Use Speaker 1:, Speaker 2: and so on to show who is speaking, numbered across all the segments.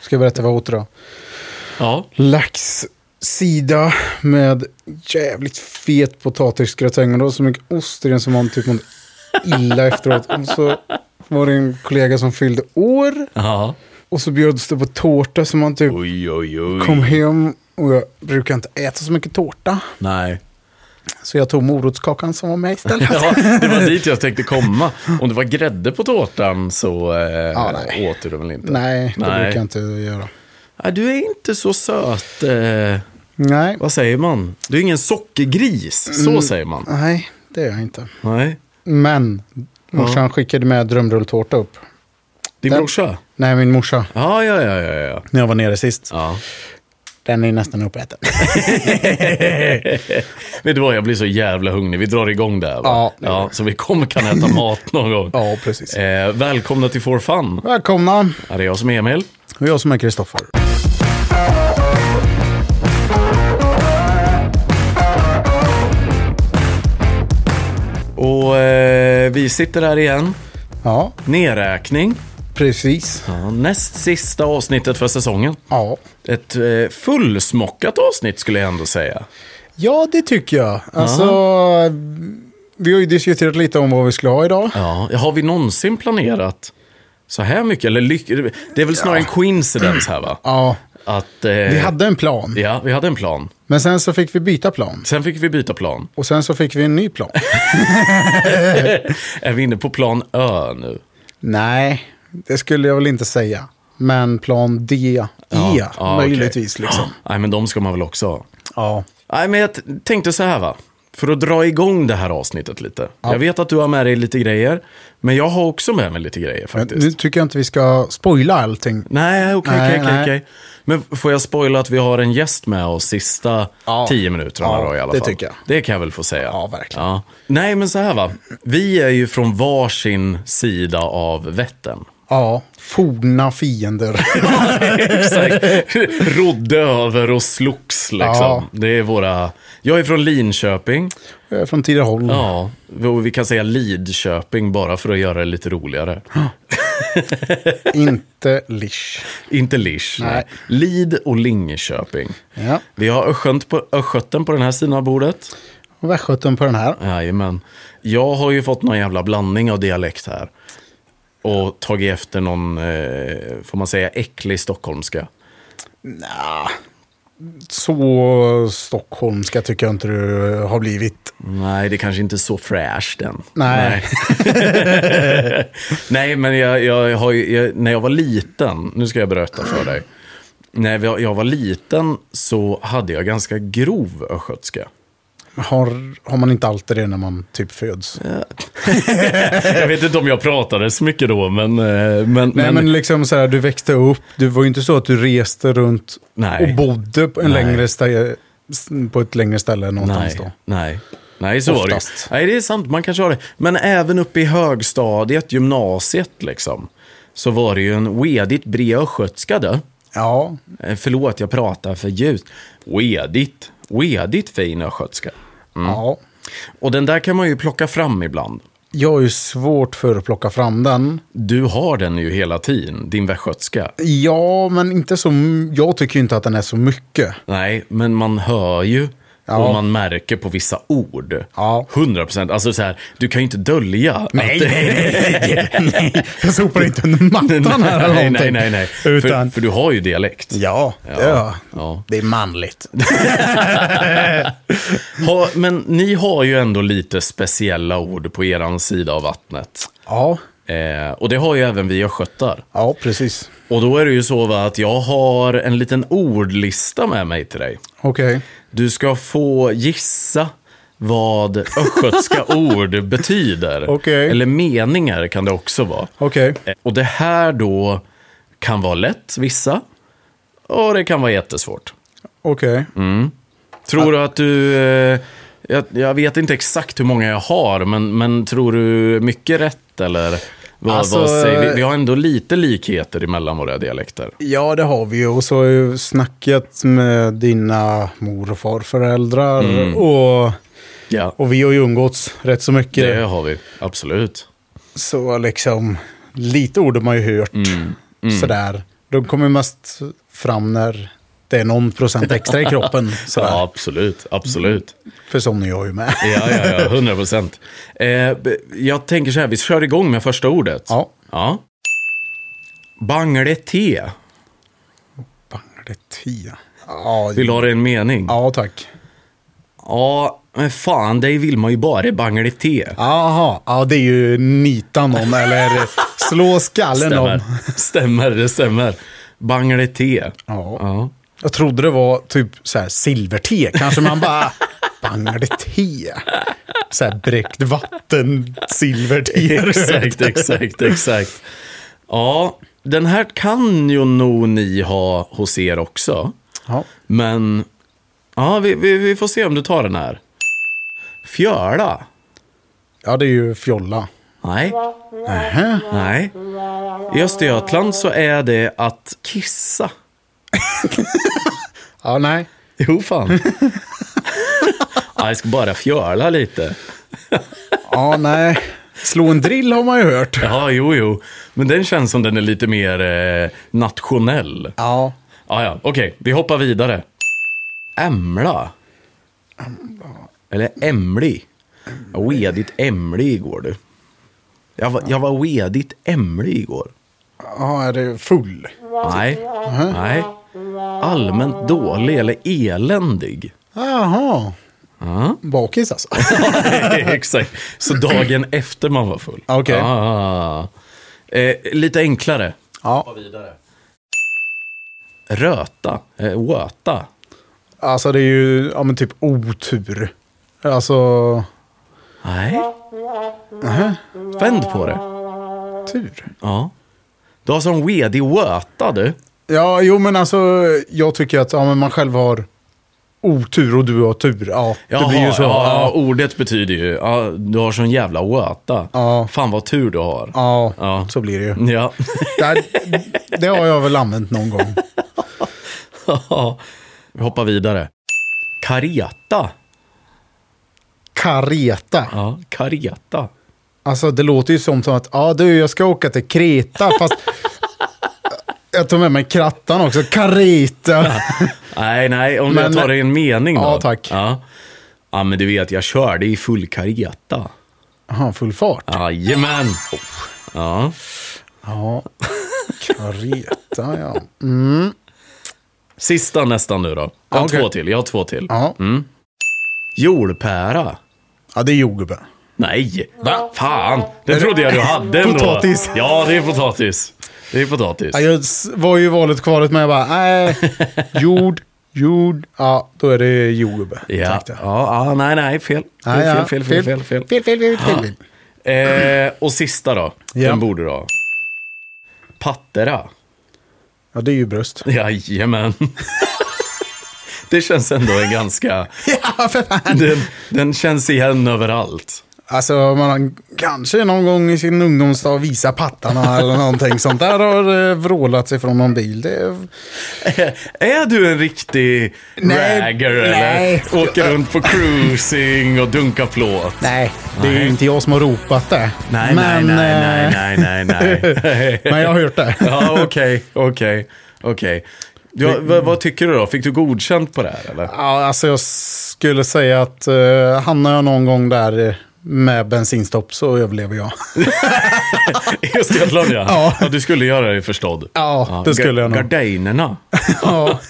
Speaker 1: Ska jag berätta vad jag åt idag?
Speaker 2: Ja.
Speaker 1: Laxsida med jävligt fet potatisgratäng. Och det var så mycket ost i den som man typ mådde illa efteråt. Och så var det en kollega som fyllde år.
Speaker 2: Ja.
Speaker 1: Och så bjöds det på tårta som man typ
Speaker 2: Oj, oj, oj.
Speaker 1: kom hem. Och jag brukar inte äta så mycket tårta.
Speaker 2: Nej.
Speaker 1: Så jag tog morotskakan som var med istället.
Speaker 2: Ja, det var dit jag tänkte komma. Om det var grädde på tårtan så eh,
Speaker 1: nej.
Speaker 2: åt du det väl inte?
Speaker 1: Nej, det
Speaker 2: Nej.
Speaker 1: brukar jag inte göra.
Speaker 2: Nej, Du är inte så söt. Eh,
Speaker 1: Nej,
Speaker 2: vad säger man? Du är ingen sockergris. Så säger man.
Speaker 1: nej det är jag inte.
Speaker 2: Nej.
Speaker 1: Men morsan skickade med drömrulltårta upp.
Speaker 2: Din
Speaker 1: Den-
Speaker 2: brorsa?
Speaker 1: Nej, min morsa.
Speaker 2: Ja, ja, ja, ja, ja.
Speaker 1: När jag var nere sist.
Speaker 2: ja.
Speaker 1: Den är nästan uppäten.
Speaker 2: Vet du vad, jag blir så jävla hungrig. Vi drar igång där. Va?
Speaker 1: Ja, det gör
Speaker 2: ja, så vi kommer kan äta mat någon gång.
Speaker 1: ja, precis.
Speaker 2: Eh, välkomna till For Fun.
Speaker 1: Välkomna.
Speaker 2: Ja, det är jag som är Emil.
Speaker 1: Och jag som är Kristoffer.
Speaker 2: Och eh, vi sitter här igen.
Speaker 1: Ja,
Speaker 2: Nerräkning.
Speaker 1: precis.
Speaker 2: Ja, näst sista avsnittet för säsongen.
Speaker 1: Ja.
Speaker 2: Ett eh, fullsmockat avsnitt skulle jag ändå säga.
Speaker 1: ja, det tycker jag. Alltså, vi har ju diskuterat lite om vad vi skulle ha idag.
Speaker 2: Ja, har vi någonsin planerat så här mycket? Eller lyck- det är väl snarare en coincidence här va?
Speaker 1: Ja,
Speaker 2: Att, eh,
Speaker 1: vi hade en plan.
Speaker 2: Ja, vi hade en plan.
Speaker 1: Men sen så fick vi byta plan.
Speaker 2: Sen fick vi byta plan.
Speaker 1: Och sen så fick vi en ny plan.
Speaker 2: Är vi inne på plan Ö nu?
Speaker 1: Nej, det skulle jag väl inte säga. Men plan D, E,
Speaker 2: ja,
Speaker 1: möjligtvis
Speaker 2: okej.
Speaker 1: liksom.
Speaker 2: Nej, men de ska man väl också ha.
Speaker 1: Ja.
Speaker 2: Nej, men jag t- tänkte så här va. För att dra igång det här avsnittet lite. Jag vet att du har med dig lite grejer. Men jag har också med mig lite grejer
Speaker 1: Men
Speaker 2: faktiskt.
Speaker 1: nu tycker jag inte vi ska spoila allting.
Speaker 2: Nej, okej,
Speaker 1: Nej,
Speaker 2: okej, okej,
Speaker 1: nej.
Speaker 2: okej. Men får jag spoila att vi har en gäst med oss sista
Speaker 1: Ja.
Speaker 2: tio minuterna
Speaker 1: Ja,
Speaker 2: då i alla
Speaker 1: det
Speaker 2: fall?
Speaker 1: tycker jag.
Speaker 2: Det kan jag väl få säga.
Speaker 1: Ja, verkligen.
Speaker 2: Ja. Nej, men så här va. Vi är ju från varsin sida av Vättern.
Speaker 1: Ja, forna fiender.
Speaker 2: Exakt. Rodde över och slogs liksom.
Speaker 1: Ja.
Speaker 2: Det är våra... Jag är från Linköping.
Speaker 1: Jag är från Tidaholm.
Speaker 2: Ja, och vi kan säga Lidköping bara för att göra det lite roligare.
Speaker 1: Inte lish.
Speaker 2: Inte Lish. Nej.
Speaker 1: Nej.
Speaker 2: Lid och Linköping.
Speaker 1: Ja.
Speaker 2: Vi har Östgönt på, Östgöten på den här sidan av bordet.
Speaker 1: Och västgöten på den här.
Speaker 2: Jajamän. Jag har ju fått någon jävla blandning av dialekt här. Och tagit efter någon, eh, får man säga, äcklig stockholmska.
Speaker 1: Så stockholmska tycker jag inte du har blivit.
Speaker 2: Nej, det kanske inte är så fräscht än.
Speaker 1: Nej.
Speaker 2: Nej. Nej, men jag, jag har ju, jag, när jag var liten, nu ska jag berätta för dig. När jag, jag var liten så hade jag ganska grov östgötska.
Speaker 1: Har, har man inte alltid det när man typ föds?
Speaker 2: Jag vet inte om jag pratade så mycket då, men... eh, men,
Speaker 1: Nej,
Speaker 2: men-
Speaker 1: men liksom så här, du växte upp. Det var ju inte så att du reste runt
Speaker 2: Nej.
Speaker 1: och bodde på, en
Speaker 2: Nej.
Speaker 1: längre stä- på ett längre ställe någonstans
Speaker 2: nej,
Speaker 1: då.
Speaker 2: Nej. Nej, så var det ju.
Speaker 1: Oftast.
Speaker 2: Nej, det är sant. Man kanske har det. Men även uppe i högstadiet, gymnasiet liksom. Så var det ju en wedigt bred östgötska då.
Speaker 1: Ja,
Speaker 2: Eh, Förlåt, jag pratar för ljust. Wedigt. Wedigt fin östgötska. Mm.
Speaker 1: ja.
Speaker 2: Och den där kan man ju plocka fram ibland.
Speaker 1: Jag har ju svårt för att plocka fram den.
Speaker 2: Du har den ju hela tiden, din västgötska.
Speaker 1: Ja, men inte så... Jag tycker ju inte att den är så mycket.
Speaker 2: Nej, men man hör ju
Speaker 1: Ja.
Speaker 2: och man märker på vissa ord.
Speaker 1: Ja.
Speaker 2: 100 procent. Alltså så här, du kan ju inte dölja att det
Speaker 1: nej, nej. Jag sopar inte under mattan här eller
Speaker 2: nej,
Speaker 1: någonting.
Speaker 2: nej, nej, nej.
Speaker 1: Utan,
Speaker 2: För, för du har ju dialekt.
Speaker 1: ja, det gör jag.
Speaker 2: Ja.
Speaker 1: Det är manligt.
Speaker 2: Ha, men ni har ju ändå lite speciella ord på eran sida av vattnet.
Speaker 1: Ja,
Speaker 2: Eh, och det har ju även vi östgötar.
Speaker 1: ja precis.
Speaker 2: Och då är det ju så va, att jag har en liten ordlista med mig till dig.
Speaker 1: Okej.
Speaker 2: Du ska få gissa vad östgötska ord betyder.
Speaker 1: Okej.
Speaker 2: Eller meningar kan det också vara.
Speaker 1: Okej.
Speaker 2: Eh, Och det här då kan vara lätt, vissa. Och det kan vara jättesvårt.
Speaker 1: Okej.
Speaker 2: Mm. Tror du att du... eh, Jag, jag vet inte exakt hur många jag har, men, men tror du mycket rätt eller? Vad,
Speaker 1: Alltså,
Speaker 2: vad säger vi?
Speaker 1: eh,
Speaker 2: vi har ändå lite likheter emellan våra dialekter.
Speaker 1: Ja, det har vi ju. Och så har jag ju snackat med dina mor och farföräldrar.
Speaker 2: Mm.
Speaker 1: Och,
Speaker 2: Ja,
Speaker 1: och vi har ju umgåtts rätt så mycket.
Speaker 2: eh, det har vi. Absolut. Mm.
Speaker 1: Så liksom, lite ord har man ju hört. Sådär. De kommer mest fram när det är någon procent extra i kroppen. Sådär.
Speaker 2: Ja, absolut. Absolut.
Speaker 1: För sån är jag ju med.
Speaker 2: Ja, ja, ja. 100 procent. Eh, b- jag tänker så här, vi kör igång med första ordet.
Speaker 1: Ja.
Speaker 2: ja. Bangle te.
Speaker 1: Bangar tia. Ja,
Speaker 2: Vill du ha det i en mening?
Speaker 1: ja, tack.
Speaker 2: Ja, men fan, dig vill man ju bara i bangle te.
Speaker 1: Jaha, ja, det är ju nita någon eller slå skallen någon.
Speaker 2: Stämmer. Stämmer, det stämmer. Bangle te.
Speaker 1: Ja.
Speaker 2: Ja.
Speaker 1: Jag trodde det var typ så här silverte. Kanske man bara bangar det te. Så här bräckt vatten, silverte.
Speaker 2: Exakt, exakt, exakt. Ja, den här kan ju nog ni ha hos er också.
Speaker 1: Ja.
Speaker 2: Men, ja, vi, vi, vi får se om du tar den här. Fjöla?
Speaker 1: ja, det är ju fjolla.
Speaker 2: Nej,
Speaker 1: Nähä.
Speaker 2: nej. I Östergötland så är det att kissa.
Speaker 1: Ja, nej.
Speaker 2: Jo, fan. ja, jag ska bara fjöla lite.
Speaker 1: Ja, nej. Slå en drill har man ju hört.
Speaker 2: Ja, jo, jo. Men den känns som den är lite mer eh, nationell.
Speaker 1: Ja.
Speaker 2: Ah, ja, okej. Vi hoppar vidare. Ämla. Eller ämlig. Jag var vedigt ämlig igår, du. Jag var, jag var vedigt ämlig igår.
Speaker 1: Ja, är det full?
Speaker 2: Nej. Nej. Allmänt dålig eller eländig.
Speaker 1: Jaha.
Speaker 2: Ja.
Speaker 1: Bakis alltså?
Speaker 2: Exakt. Så dagen efter man var full.
Speaker 1: Okej.
Speaker 2: Ah. Eh, lite enklare.
Speaker 1: Ja.
Speaker 2: vidare. Röta. Eh, wöta.
Speaker 1: Alltså det är ju ja, men typ otur. Alltså,
Speaker 2: Nej. Vänd på det.
Speaker 1: tur.
Speaker 2: Ja. Du har sån wedig wöta du.
Speaker 1: Ja, jo men alltså jag tycker att ja, men man själv har otur och du har tur. Ja, det blir ju så.
Speaker 2: Ja,
Speaker 1: Ja,
Speaker 2: ordet betyder ju, ja, du har sån jävla wöta.
Speaker 1: Ja.
Speaker 2: Fan vad tur du har.
Speaker 1: ja,
Speaker 2: Ja.
Speaker 1: så blir det ju.
Speaker 2: Ja.
Speaker 1: Det, det har jag väl använt någon gång.
Speaker 2: Vi hoppar vidare. Kareta.
Speaker 1: Kareta.
Speaker 2: Ja, kareta.
Speaker 1: Alltså det låter ju som som att ja du jag ska åka till Kreta fast jag tar med mig krattan också. Kareta.
Speaker 2: Nej, nej, om
Speaker 1: Men-
Speaker 2: jag tar det i en mening då.
Speaker 1: Ja, tack.
Speaker 2: Ja. ja, men du vet, jag körde i full kareta.
Speaker 1: Jaha, full fart.
Speaker 2: Jajamän. Ja.
Speaker 1: Ja, kareta ja.
Speaker 2: Sista nästan nu då. Jag har
Speaker 1: Okej.
Speaker 2: två till, jag har två till.
Speaker 1: Ja,
Speaker 2: Jordpära.
Speaker 1: ja det är jordgubbe.
Speaker 2: Nej, va? Fan, det trodde jag du hade ändå.
Speaker 1: Potatis.
Speaker 2: Ja, det är potatis. Det är potatis.
Speaker 1: Ja, jag s- var ju i valet kvalet men jag bara, nej, jord, jord, ja då är det jordgubbe.
Speaker 2: Ja,
Speaker 1: Tack,
Speaker 2: ja,
Speaker 1: det.
Speaker 2: ja, nej, nej, fel.
Speaker 1: Ja, ja.
Speaker 2: Fel, fel, fel, fel. fel,
Speaker 1: fel, fel, fel, fel, fel.
Speaker 2: Eh, och sista då,
Speaker 1: Ja.
Speaker 2: den borde du ha. Pattera.
Speaker 1: Ja, det är ju bröst.
Speaker 2: Jajamän. Det känns ändå en ganska...
Speaker 1: ja, för fan.
Speaker 2: Den, den känns igen överallt.
Speaker 1: Alltså, man har kanske någon gång i sin ungdomsdag visa pattarna eller någonting sånt där har eh, vrålat sig från någon bil. Det är...
Speaker 2: Är du en riktig
Speaker 1: Nej,
Speaker 2: ragger
Speaker 1: nej.
Speaker 2: eller åker runt på cruising och dunkar plåt?
Speaker 1: Nej, det är ju
Speaker 2: Nej.
Speaker 1: inte jag som har ropat det.
Speaker 2: Nej,
Speaker 1: men,
Speaker 2: nej, nej,
Speaker 1: eh,
Speaker 2: nej, nej, nej, nej.
Speaker 1: men jag har hört det.
Speaker 2: ja, okej, okej, okej. Ja, vad, vad tycker du då? Fick du godkänt på det här eller?
Speaker 1: Ja, alltså jag skulle säga att eh, hamnar jag någon gång där eh, med bensinstopp så överlever jag.
Speaker 2: Just det, Östgötland ja.
Speaker 1: Ja.
Speaker 2: ja. Du skulle göra dig förstådd.
Speaker 1: Ja, det
Speaker 2: ga-
Speaker 1: skulle jag nog.
Speaker 2: Gardinerna.
Speaker 1: ja.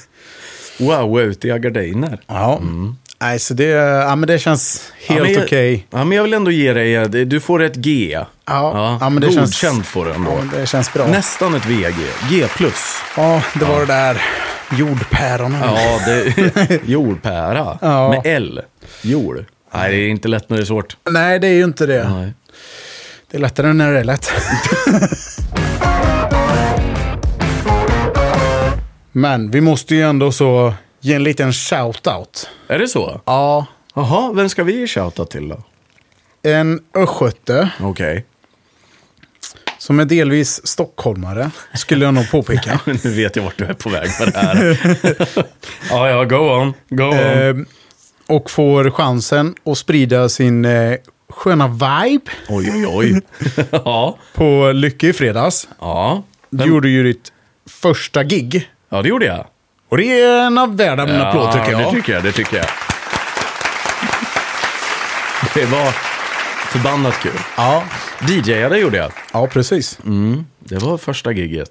Speaker 2: Wow, utiga gardiner.
Speaker 1: ja. Nej, så det, ja, men det känns
Speaker 2: Ja,
Speaker 1: helt
Speaker 2: men jag-
Speaker 1: okej.
Speaker 2: Ja, men jag vill ändå ge dig, eh, du får ett G. Ja,
Speaker 1: ja, men det känns-
Speaker 2: Godkänt får du ändå.
Speaker 1: Ja, det känns bra.
Speaker 2: Nästan ett VG. G+. plus.
Speaker 1: Ja, det var det där jordpäronen.
Speaker 2: Ja, det, jordpära.
Speaker 1: Ja.
Speaker 2: Med L. Jord. Nej, det är inte lätt när det är svårt.
Speaker 1: Nej, det är ju inte det.
Speaker 2: Nej.
Speaker 1: Det är lättare när det är lätt. men vi måste ju ändå så ge en liten shout-out.
Speaker 2: Är det så?
Speaker 1: Ja,
Speaker 2: Jaha, vem ska vi shouta till då?
Speaker 1: en östgöte.
Speaker 2: Okej.
Speaker 1: Som är delvis stockholmare, skulle jag nog påpeka.
Speaker 2: Men Nu vet jag vart du är på väg med det här. ja, ja, go on. Go on.
Speaker 1: Ehm, och får chansen att sprida sin eh, sköna vibe
Speaker 2: Oj, oj, oj. ja.
Speaker 1: på Lycke i fredags.
Speaker 2: ja.
Speaker 1: Du gjorde ju ditt första gig.
Speaker 2: Ja, det gjorde jag.
Speaker 1: Och det är en av värda en applåd tycker
Speaker 2: Ja,
Speaker 1: jag.
Speaker 2: Det tycker jag, det tycker jag. Det var förbannat kul.
Speaker 1: Ja.
Speaker 2: DJ-ade gjorde jag.
Speaker 1: ja, precis.
Speaker 2: Mm. Det var första giget.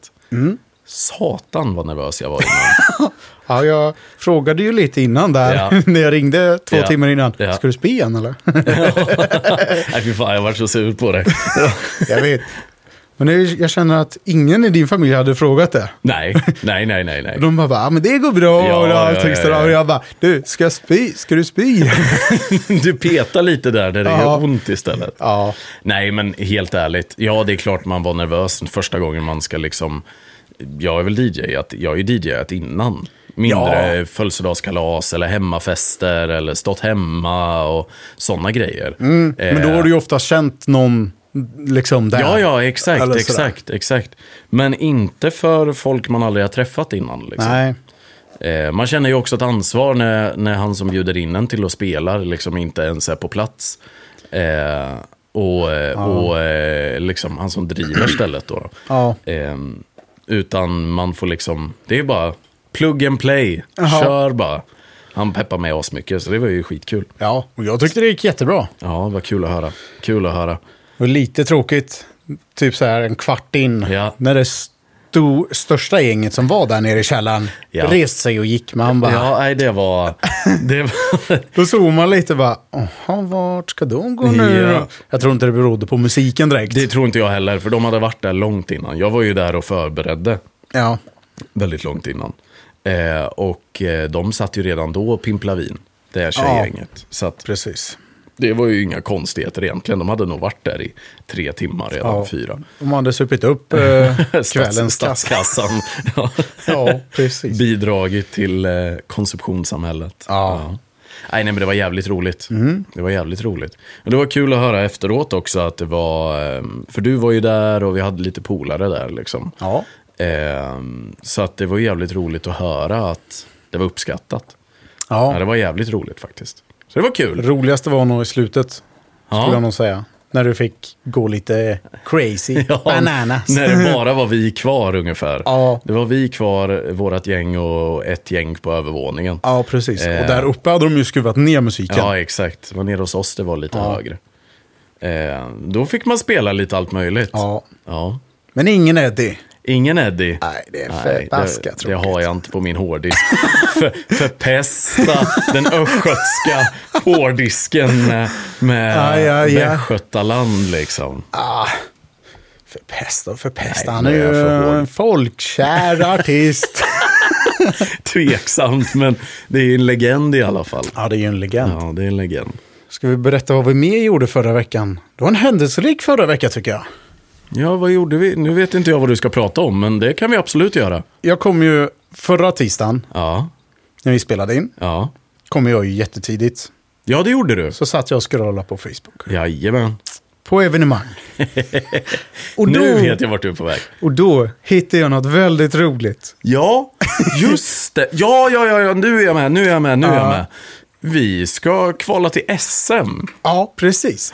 Speaker 2: Satan vad nervös jag var innan.
Speaker 1: Ja, jag frågade ju lite innan där,
Speaker 2: Ja.
Speaker 1: när jag ringde två
Speaker 2: Ja.
Speaker 1: timmar innan.
Speaker 2: Ja.
Speaker 1: Ska du spy igen eller?
Speaker 2: Nej, fy fan, jag var så sur på det.
Speaker 1: jag vet. Men nu, jag känner att ingen i din familj hade frågat det.
Speaker 2: nej, nej, nej, nej. nej.
Speaker 1: De bara, ja men det går bra.
Speaker 2: Ja,
Speaker 1: och,
Speaker 2: ja,
Speaker 1: jag
Speaker 2: ja,
Speaker 1: textar,
Speaker 2: ja, ja.
Speaker 1: och jag bara, du, ska jag spy? Ska du spy?
Speaker 2: Du petar lite där, där det
Speaker 1: Ja.
Speaker 2: gör ont istället.
Speaker 1: ja.
Speaker 2: Nej, men helt ärligt. Ja, det är klart man var nervös första gången man ska liksom... Jag är väl DJ, att jag är DJ-at innan. Mindre födelsedagskalas eller hemmafester eller stått hemma och sådana grejer. Eh,
Speaker 1: Mm. Men då har du ju ofta känt någon, liksom där.
Speaker 2: Ja, ja, exakt,
Speaker 1: Eller sådär.
Speaker 2: exakt, exakt. Men inte för folk man aldrig har träffat innan. Liksom.
Speaker 1: Nej.
Speaker 2: Eh, man känner ju också ett ansvar när, när han som bjuder in en till att spela liksom inte ens är på plats. Eh, och eh, och eh, liksom han som driver stället då.
Speaker 1: Ja.
Speaker 2: Eh, utan man får liksom, det är bara plug and play,
Speaker 1: Jaha.
Speaker 2: kör bara. Han peppar mig asmycket, så det var ju skitkul.
Speaker 1: Ja, och jag tyckte det gick jättebra.
Speaker 2: Ja, vad kul att höra. Kul att höra.
Speaker 1: Och lite tråkigt, typ så här en kvart in,
Speaker 2: Ja.
Speaker 1: när det sto- största gänget som var där nere i källaren
Speaker 2: Ja.
Speaker 1: reste sig och gick. Man bara,
Speaker 2: Ja, nej, det var... Det var
Speaker 1: Då såg man lite bara, jaha, vart ska de gå nu
Speaker 2: Ja.
Speaker 1: då?" Jag tror inte det berodde på musiken direkt.
Speaker 2: det tror inte jag heller, för de hade varit där långt innan. Jag var ju där och förberedde.
Speaker 1: Ja.
Speaker 2: väldigt långt innan. Eh, och eh, de satt ju redan då och pimplade vin, det här tjejgänget. Så att,
Speaker 1: Precis.
Speaker 2: det var ju inga konstigheter egentligen. De hade nog varit där i tre timmar redan,
Speaker 1: Ja.
Speaker 2: fyra.
Speaker 1: De hade supit upp eh,
Speaker 2: Stats-
Speaker 1: kvällens kassa.
Speaker 2: Statskassan ja.
Speaker 1: Ja, precis.
Speaker 2: bidragit till eh, konsumtionssamhället.
Speaker 1: Ja.
Speaker 2: Nej, nej, men det var jävligt roligt. Det var jävligt roligt. Men det var kul att höra efteråt också att det var, eh, för du var ju där och vi hade lite polare där liksom.
Speaker 1: Ja.
Speaker 2: Ehm, så att det var ju jävligt roligt att höra att det var uppskattat. Ja,
Speaker 1: ja.
Speaker 2: det var jävligt roligt faktiskt. Så det var kul.
Speaker 1: Roligaste var nog i slutet, skulle jag
Speaker 2: Ja.
Speaker 1: nog säga. När du fick gå lite crazy.
Speaker 2: Ja,
Speaker 1: Bananas.
Speaker 2: När det bara var vi kvar ungefär.
Speaker 1: Ja.
Speaker 2: Det var vi kvar, vårat gäng och ett gäng på övervåningen.
Speaker 1: Ja, precis.
Speaker 2: Eh.
Speaker 1: Och där uppe hade de ju skruvat ner musiken.
Speaker 2: Ja, exakt. Det var nere hos oss det var lite
Speaker 1: Ja.
Speaker 2: högre. Ehm, då fick man spela lite allt möjligt.
Speaker 1: Ja.
Speaker 2: Ja.
Speaker 1: Men ingen Eddie.
Speaker 2: Ingen Eddie.
Speaker 1: Nej, det är
Speaker 2: det,
Speaker 1: förbaskat
Speaker 2: det
Speaker 1: tråkigt.
Speaker 2: har jag inte på min hårddisk. För, förpesta den östgötska hårddisken med, med
Speaker 1: Aj, aj, aj.
Speaker 2: Västgötaland liksom.
Speaker 1: Förpesta och förpesta.
Speaker 2: Nej,
Speaker 1: Han är
Speaker 2: nu är jag
Speaker 1: ju
Speaker 2: för hård.
Speaker 1: en folkkär artist.
Speaker 2: Tveksamt, men det är en legend i alla fall.
Speaker 1: ja, det är ju en legend.
Speaker 2: Ja, det är en legend.
Speaker 1: Ska vi berätta vad vi mer gjorde förra veckan? Det var en händelserik förra vecka tycker jag.
Speaker 2: Ja, vad gjorde vi? Nu vet inte jag vad du ska prata om, men det kan vi absolut göra.
Speaker 1: Jag kom ju förra tisdagen
Speaker 2: Ja,
Speaker 1: när vi spelade in.
Speaker 2: ja.
Speaker 1: Kom jag ju jättetidigt.
Speaker 2: Ja, det gjorde du.
Speaker 1: Så satt jag och scrollade på Facebook.
Speaker 2: Jajamän.
Speaker 1: På evenemang. och, då,
Speaker 2: Nu vet jag vart du är på väg.
Speaker 1: och då hittade jag något väldigt roligt.
Speaker 2: Ja, just det. Ja, ja, ja, ja, nu är jag med, nu är jag med, nu är jag
Speaker 1: Ja.
Speaker 2: med. Vi ska kvala till SM.
Speaker 1: Ja, precis.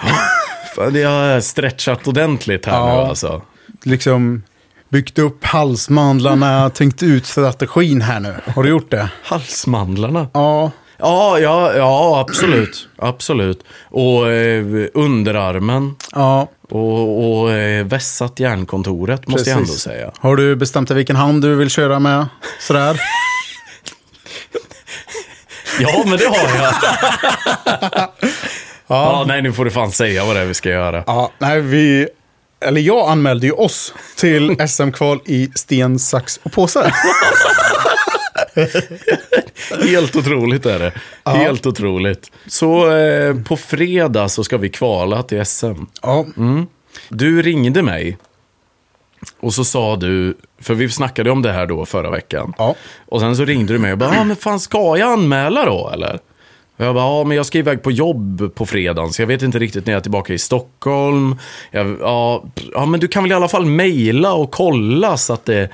Speaker 2: Fan, det har stretchat ordentligt här
Speaker 1: Ja.
Speaker 2: nu alltså.
Speaker 1: Liksom byggt upp halsmandlarna, tänkt ut strategin här nu. Har du gjort det?
Speaker 2: Halsmandlarna.
Speaker 1: Ja.
Speaker 2: Ja, ja, ja, absolut. Absolut. Och eh, underarmen.
Speaker 1: Ja,
Speaker 2: Och, och eh, vässat järnkontoret, måste jag ändå säga.
Speaker 1: Har du bestämt dig vilken hand du vill köra med? Sådär.
Speaker 2: Ja, men det har jag. ja. nej, nu får du fan säga vad det är vi ska göra.
Speaker 1: Ja, nej, vi... Eller jag anmälde ju oss till SM-kval i sten, sax och påse.
Speaker 2: Helt otroligt är det. Helt otroligt. Så eh, på fredag så ska vi kvala till SM.
Speaker 1: Ja,
Speaker 2: Mm. Du ringde mig och så sa du, för vi snackade om det här då förra veckan.
Speaker 1: Ja.
Speaker 2: Och sen så ringde du mig och bara, ah, men fan ska jag anmäla då eller? Och jag bara, ja men jag ska iväg på jobb på fredagen så jag vet inte riktigt när jag är tillbaka i Stockholm. Jag, ja, pr- ja, men du kan väl i alla fall mejla och kolla så att det,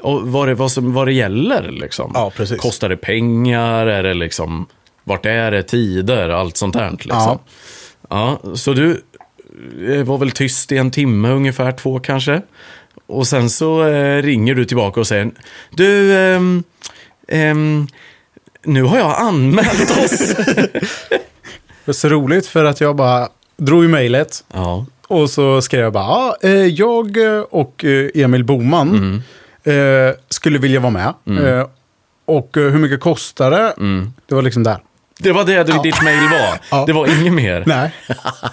Speaker 2: och vad, det vad, som, vad det gäller liksom.
Speaker 1: Ja, precis.
Speaker 2: Kostar det pengar? Är det liksom, vart är det tider? Allt sånt här liksom.
Speaker 1: Ja.
Speaker 2: Ja, så du eh, var väl tyst i en timme ungefär, två kanske. Och sen så eh, ringer du tillbaka och säger Du, ehm, ehm, nu har jag anmält oss.
Speaker 1: Det är så roligt för att jag bara drog ju mejlet
Speaker 2: ja,
Speaker 1: och så skrev jag bara, ja, eh, jag och eh, Emil Boman
Speaker 2: Mm.
Speaker 1: eh, skulle vilja vara med. Eh, och eh, hur mycket kostar det?
Speaker 2: Mm.
Speaker 1: Det var liksom där.
Speaker 2: det var det du, ditt mail var.
Speaker 1: Ja.
Speaker 2: Det var inget mer.
Speaker 1: Nej.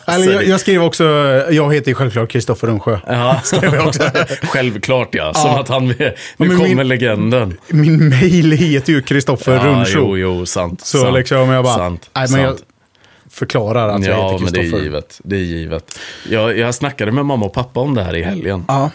Speaker 1: Eller, jag, jag skrev också, eh, jag heter ju självklart Kristoffer Rungsjö.
Speaker 2: Ja. Självklart ja, som
Speaker 1: Ja.
Speaker 2: att han, nu
Speaker 1: men
Speaker 2: kommer
Speaker 1: min-
Speaker 2: legenden.
Speaker 1: Min mail heter ju Kristoffer
Speaker 2: Ja,
Speaker 1: Rungsjö.
Speaker 2: jo, jo, sant.
Speaker 1: Så
Speaker 2: sant,
Speaker 1: liksom jag bara,
Speaker 2: sant,
Speaker 1: nej men jag
Speaker 2: sant.
Speaker 1: förklarar att Alltså, jag
Speaker 2: Ja,
Speaker 1: heter
Speaker 2: men det är
Speaker 1: Kristoffer.
Speaker 2: givet. Det är givet. Jag, jag snackade med mamma och pappa om det här i helgen.
Speaker 1: Ja,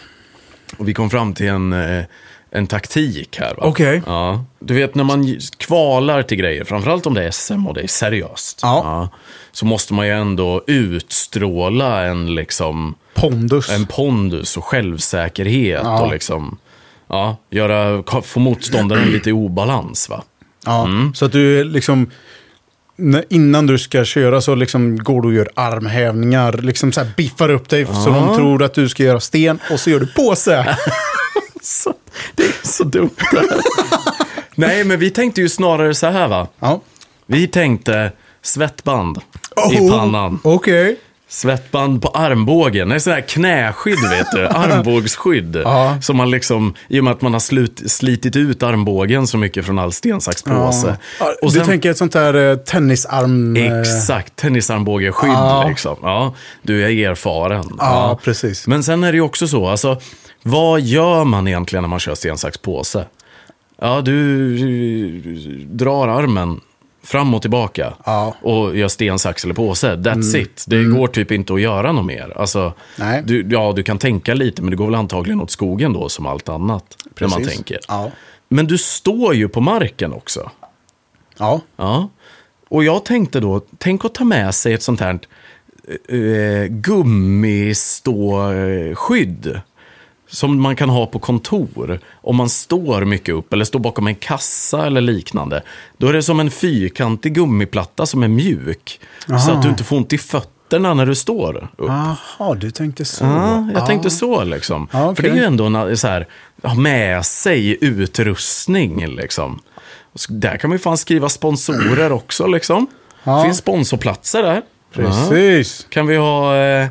Speaker 2: Och vi kom fram till en, eh, en taktik här. va?
Speaker 1: Okej.
Speaker 2: Ja. Du vet när man kvalar till grejer, framförallt om det är SM och det är seriöst.
Speaker 1: Ja.
Speaker 2: så måste man ju ändå utstråla en, liksom,
Speaker 1: pondus.
Speaker 2: en pondus och självsäkerhet.
Speaker 1: Ja.
Speaker 2: Och liksom, ja, göra, få motståndaren lite i obalans. Va?
Speaker 1: Ja,
Speaker 2: Mm.
Speaker 1: så att du liksom... när- Innan du ska köra så liksom går du och gör armhävningar, liksom så här biffar upp dig så de tror att du ska göra sten och så gör du påse.
Speaker 2: Så, det är så dumt det här. Nej, men vi tänkte ju snarare så här va.
Speaker 1: Ja.
Speaker 2: Vi tänkte svettband i
Speaker 1: Oh.
Speaker 2: pannan.
Speaker 1: Okej.
Speaker 2: Svettband på armbågen. Det är sån här knäskydd, vet du. Armbågsskydd.
Speaker 1: Ja.
Speaker 2: Som man liksom, i och med att man har slut, slitit ut armbågen så mycket från all sten, sax, påse.
Speaker 1: Ja,
Speaker 2: Och
Speaker 1: du
Speaker 2: sen-
Speaker 1: tänker ett sånt där eh, tennisarm... eh,
Speaker 2: Exakt, tennisarmbågeskydd
Speaker 1: Ja.
Speaker 2: liksom. Ja, du är erfaren.
Speaker 1: Ja, precis.
Speaker 2: Men sen är det ju också så, alltså, vad gör man egentligen när man kör sten, sax, påse? Ja, du eh, drar armen fram och tillbaka
Speaker 1: Ja. Mm.
Speaker 2: och gör sten, sax eller påse. That's it. Det går typ inte att göra något mer. Alltså,
Speaker 1: Nej.
Speaker 2: Du, ja, du kan tänka lite, men det går väl antagligen åt skogen då, som allt annat. När man
Speaker 1: Precis.
Speaker 2: tänker.
Speaker 1: Ja.
Speaker 2: Men du står ju på marken också.
Speaker 1: Ja.
Speaker 2: Ja. Och jag tänkte då, tänk att ta med sig ett sånt här eh, gummiståskydd. Som man kan ha på kontor. Om man står mycket upp eller står bakom en kassa eller liknande. Då är det som en fyrkantig gummiplatta som är mjuk. Så att du inte får ont i fötterna när du står upp.
Speaker 1: Jaha, du tänkte så.
Speaker 2: Ja, jag tänkte så liksom.
Speaker 1: Ja, okej.
Speaker 2: För det är ju ändå en, eh, så här, ha med sig utrustning liksom. Och så- Där kan man ju fan skriva sponsorer också liksom.
Speaker 1: Ja.
Speaker 2: Finns sponsorplatser där. Ja.
Speaker 1: Precis.
Speaker 2: Kan vi ha eh,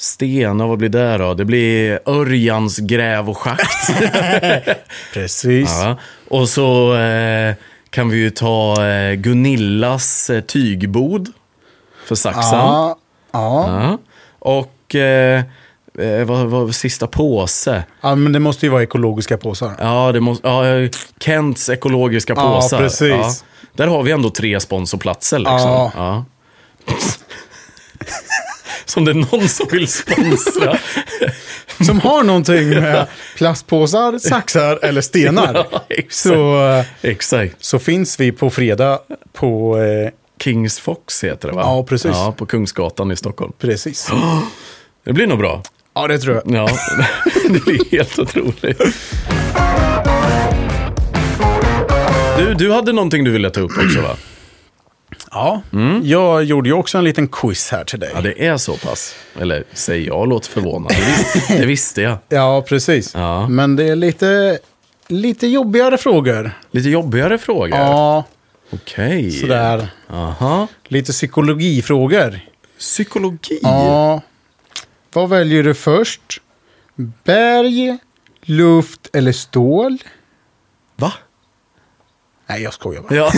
Speaker 2: Stena, vad blir det då? Det blir Örjans gräv och schakt.
Speaker 1: Precis.
Speaker 2: ja. Och så eh, kan vi ju ta eh, Gunillas eh, tygbod för saxen.
Speaker 1: Ja. Ja.
Speaker 2: Ja. Och eh, eh, vad var sista påse?
Speaker 1: ja, men det måste ju vara ekologiska påsar.
Speaker 2: Ja, det måste, ja, eh, Kents ekologiska
Speaker 1: Ja,
Speaker 2: påsar.
Speaker 1: precis.
Speaker 2: Där har vi ändå tre sponsorplatser liksom.
Speaker 1: Ja.
Speaker 2: Ja. Som det är någon som vill sponsra.
Speaker 1: Som har någonting med plastpåsar, saxar eller stenar.
Speaker 2: Ja, exakt.
Speaker 1: Så, eh,
Speaker 2: Exakt.
Speaker 1: så finns vi på fredag på... Eh,
Speaker 2: Kings Fox heter det va?
Speaker 1: Ja, precis.
Speaker 2: Ja, på Kungsgatan i Stockholm.
Speaker 1: precis.
Speaker 2: Det blir nog bra.
Speaker 1: Ja, det tror jag.
Speaker 2: Ja, det blir helt otroligt. Du, du hade någonting du ville ta upp också va?
Speaker 1: Ja. Jag gjorde ju också en liten quiz här till dig.
Speaker 2: Ja, det är så pass. Eller säger jag, låter förvånad. Det, vis- det visste jag.
Speaker 1: Ja, precis.
Speaker 2: Ja.
Speaker 1: Men det är lite, lite jobbigare frågor.
Speaker 2: Lite jobbigare frågor?
Speaker 1: Ja,
Speaker 2: Okej.
Speaker 1: sådär.
Speaker 2: Aha.
Speaker 1: Lite psykologifrågor.
Speaker 2: Psykologi?
Speaker 1: Ja. Vad väljer du först? Berg, luft eller stål?
Speaker 2: Va?
Speaker 1: Nej, jag skojar bara.
Speaker 2: Ja.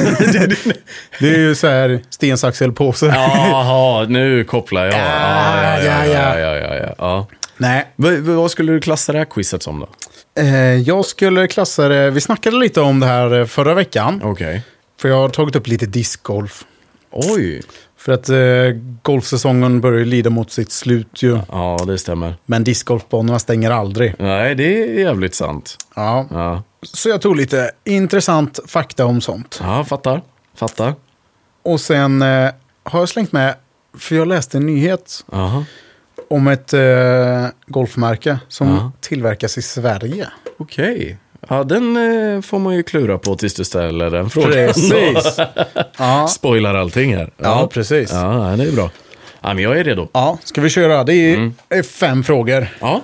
Speaker 1: Det är ju så här sten, sax eller påse.
Speaker 2: Jaha, nu kopplar jag. Ja, ja, ja. ja, ja, ja, ja.
Speaker 1: Nej,
Speaker 2: V- v- vad skulle du klassa det här quizet som då?
Speaker 1: Eh, jag skulle klassa det, vi snackade lite om det här eh, förra veckan.
Speaker 2: Okej.
Speaker 1: För jag har tagit upp lite discgolf.
Speaker 2: Oj.
Speaker 1: För att eh, golfsäsongen börjar ju lida mot sitt slut ju.
Speaker 2: Ja, det stämmer.
Speaker 1: Men discgolfbanorna stänger aldrig.
Speaker 2: Nej, det är jävligt sant.
Speaker 1: Ja.
Speaker 2: Ja,
Speaker 1: Så jag tog lite intressant fakta om sånt.
Speaker 2: ja fattar. Fattar.
Speaker 1: Och sen eh, har jag slängt med, för jag läste en nyhet
Speaker 2: Aha.
Speaker 1: om ett eh, golfmärke som
Speaker 2: Ja.
Speaker 1: tillverkas i Sverige.
Speaker 2: Okej. Ja, den eh, får man ju klura på tills du ställer den frågan.
Speaker 1: Precis. ja.
Speaker 2: Spoilar allting här.
Speaker 1: ja, precis. Ja.
Speaker 2: Ja, det är bra. Ja, men jag är redo. Mm.
Speaker 1: ska vi köra? Det är är fem frågor.
Speaker 2: Ja.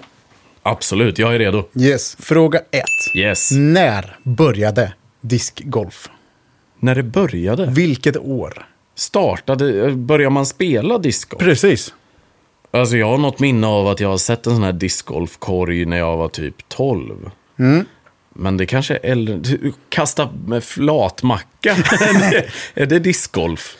Speaker 2: Absolut, jag är redo.
Speaker 1: Yes. Fråga ett.
Speaker 2: Yes.
Speaker 1: När började diskgolf?
Speaker 2: När det började?
Speaker 1: Vilket år?
Speaker 2: Startade, började man spela discgolf?
Speaker 1: Precis.
Speaker 2: Alltså jag har något minne av att jag har sett en sån här discgolfkorg när jag var typ 12.
Speaker 1: Mm.
Speaker 2: Men det kanske är äldre. Du, Kasta med flatmacka. är det- är det discgolf?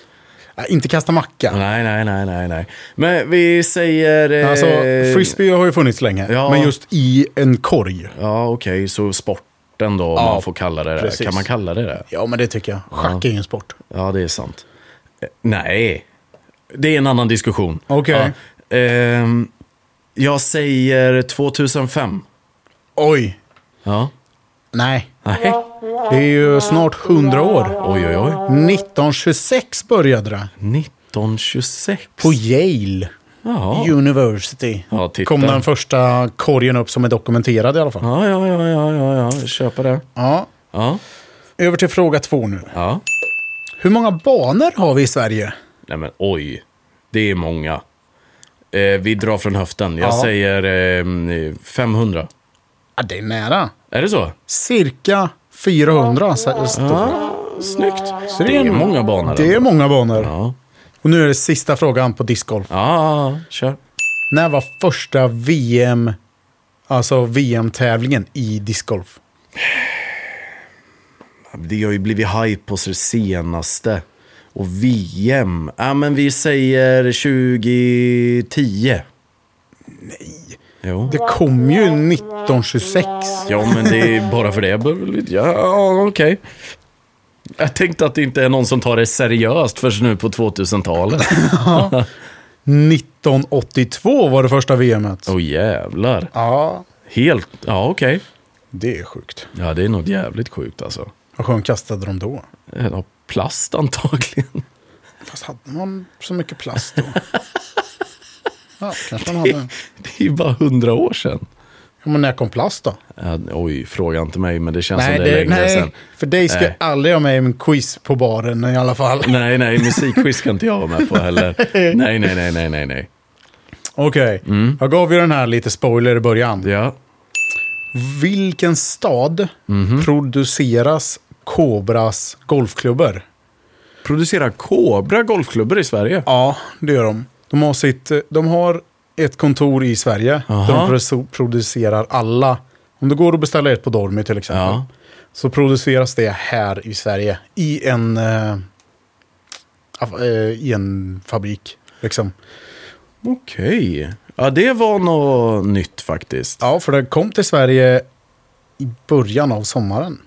Speaker 1: Äh, inte kasta macka.
Speaker 2: Nej, nej, nej, nej, nej. Men vi säger... eh,
Speaker 1: Alltså, frisbee har ju funnits länge,
Speaker 2: Ja.
Speaker 1: men just i en korg.
Speaker 2: Ja, okej, så sporten då, om
Speaker 1: Ja,
Speaker 2: man får kalla det det.
Speaker 1: precis.
Speaker 2: Kan man kalla det det?
Speaker 1: Ja, men det tycker jag. Schack är ju en sport.
Speaker 2: Ja, det är sant. Eh, Nej, det är en annan diskussion.
Speaker 1: Okej.
Speaker 2: Ja. Ehm, jag säger 2005.
Speaker 1: Oj!
Speaker 2: Ja.
Speaker 1: Nej.
Speaker 2: Nej.
Speaker 1: Det är ju snart 100 år.
Speaker 2: Oj, oj, oj.
Speaker 1: 1926 började det.
Speaker 2: 1926.
Speaker 1: På Yale
Speaker 2: Ja.
Speaker 1: University.
Speaker 2: Ja, titta.
Speaker 1: kom den första korgen upp som är dokumenterad i alla fall. Ja.
Speaker 2: Ja, ja, ja, ja, ja, ja. Jag köper det. Ja.
Speaker 1: Över till fråga två nu.
Speaker 2: ja.
Speaker 1: Hur många banor har vi i Sverige?
Speaker 2: Nej, men oj. Det är många. Eh, vi drar från höften. Jag
Speaker 1: Ja.
Speaker 2: säger ehm, 500.
Speaker 1: Ja, det är nära.
Speaker 2: Är det så?
Speaker 1: Cirka 400. sä- står
Speaker 2: Snyggt.
Speaker 1: det.
Speaker 2: Det är många banor.
Speaker 1: Det är många banor.
Speaker 2: Ja.
Speaker 1: Och nu är det sista frågan på discgolf.
Speaker 2: Ja, ja, kör.
Speaker 1: När var första VM, alltså VM-tävlingen i discgolf?
Speaker 2: Det har ju blivit hype på sig senaste. Och VM. Ja, men vi säger 2010. Nej. Jo.
Speaker 1: Det kom ju 1926.
Speaker 2: Ja, men det är bara för det. Jag behöver lite- Ja, okej. Jag tänkte att det inte är någon som tar det seriöst förrän nu på 2000-talet.
Speaker 1: 1982 var det första VMet.
Speaker 2: Åh jävlar.
Speaker 1: Ja,
Speaker 2: Helt... Ja, okej.
Speaker 1: det är sjukt.
Speaker 2: Ja, det är nog jävligt sjukt alltså.
Speaker 1: Vad skönt kastade de då?
Speaker 2: Ja, Plast antagligen.
Speaker 1: Fast hade man så mycket plast då? Ja, kanske man hade.
Speaker 2: Det är ju bara hundra år sedan.
Speaker 1: Ja, men när kom plast då?
Speaker 2: Ja, Oj, fråga inte mig, men det känns som Alltså, det är längre sedan.
Speaker 1: för dig ska
Speaker 2: Nej. Mm.
Speaker 1: jag aldrig ha med i en quiz på baren i alla fall.
Speaker 2: Nej, nej, musikquiz kan inte jag vara med på heller. Nej, nej, nej, nej, nej, nej.
Speaker 1: Okej,
Speaker 2: Mm.
Speaker 1: jag gav ju den här lite spoiler i början.
Speaker 2: Ja.
Speaker 1: Vilken stad
Speaker 2: Mhm.
Speaker 1: produceras Kobras golfklubbor?
Speaker 2: Producerar Kobra golfklubbor i Sverige?
Speaker 1: Ja, det gör de. De har, sitt, de har ett kontor i Sverige
Speaker 2: Aha.
Speaker 1: där de produ- producerar alla. Om det går att beställa ett på Dormy till exempel.
Speaker 2: Ja.
Speaker 1: Så produceras det här i Sverige i en, eh, aff- eh, i en fabrik. Liksom.
Speaker 2: Okej. Ja, det var något nytt faktiskt.
Speaker 1: Ja, för det kom till Sverige i början av sommaren.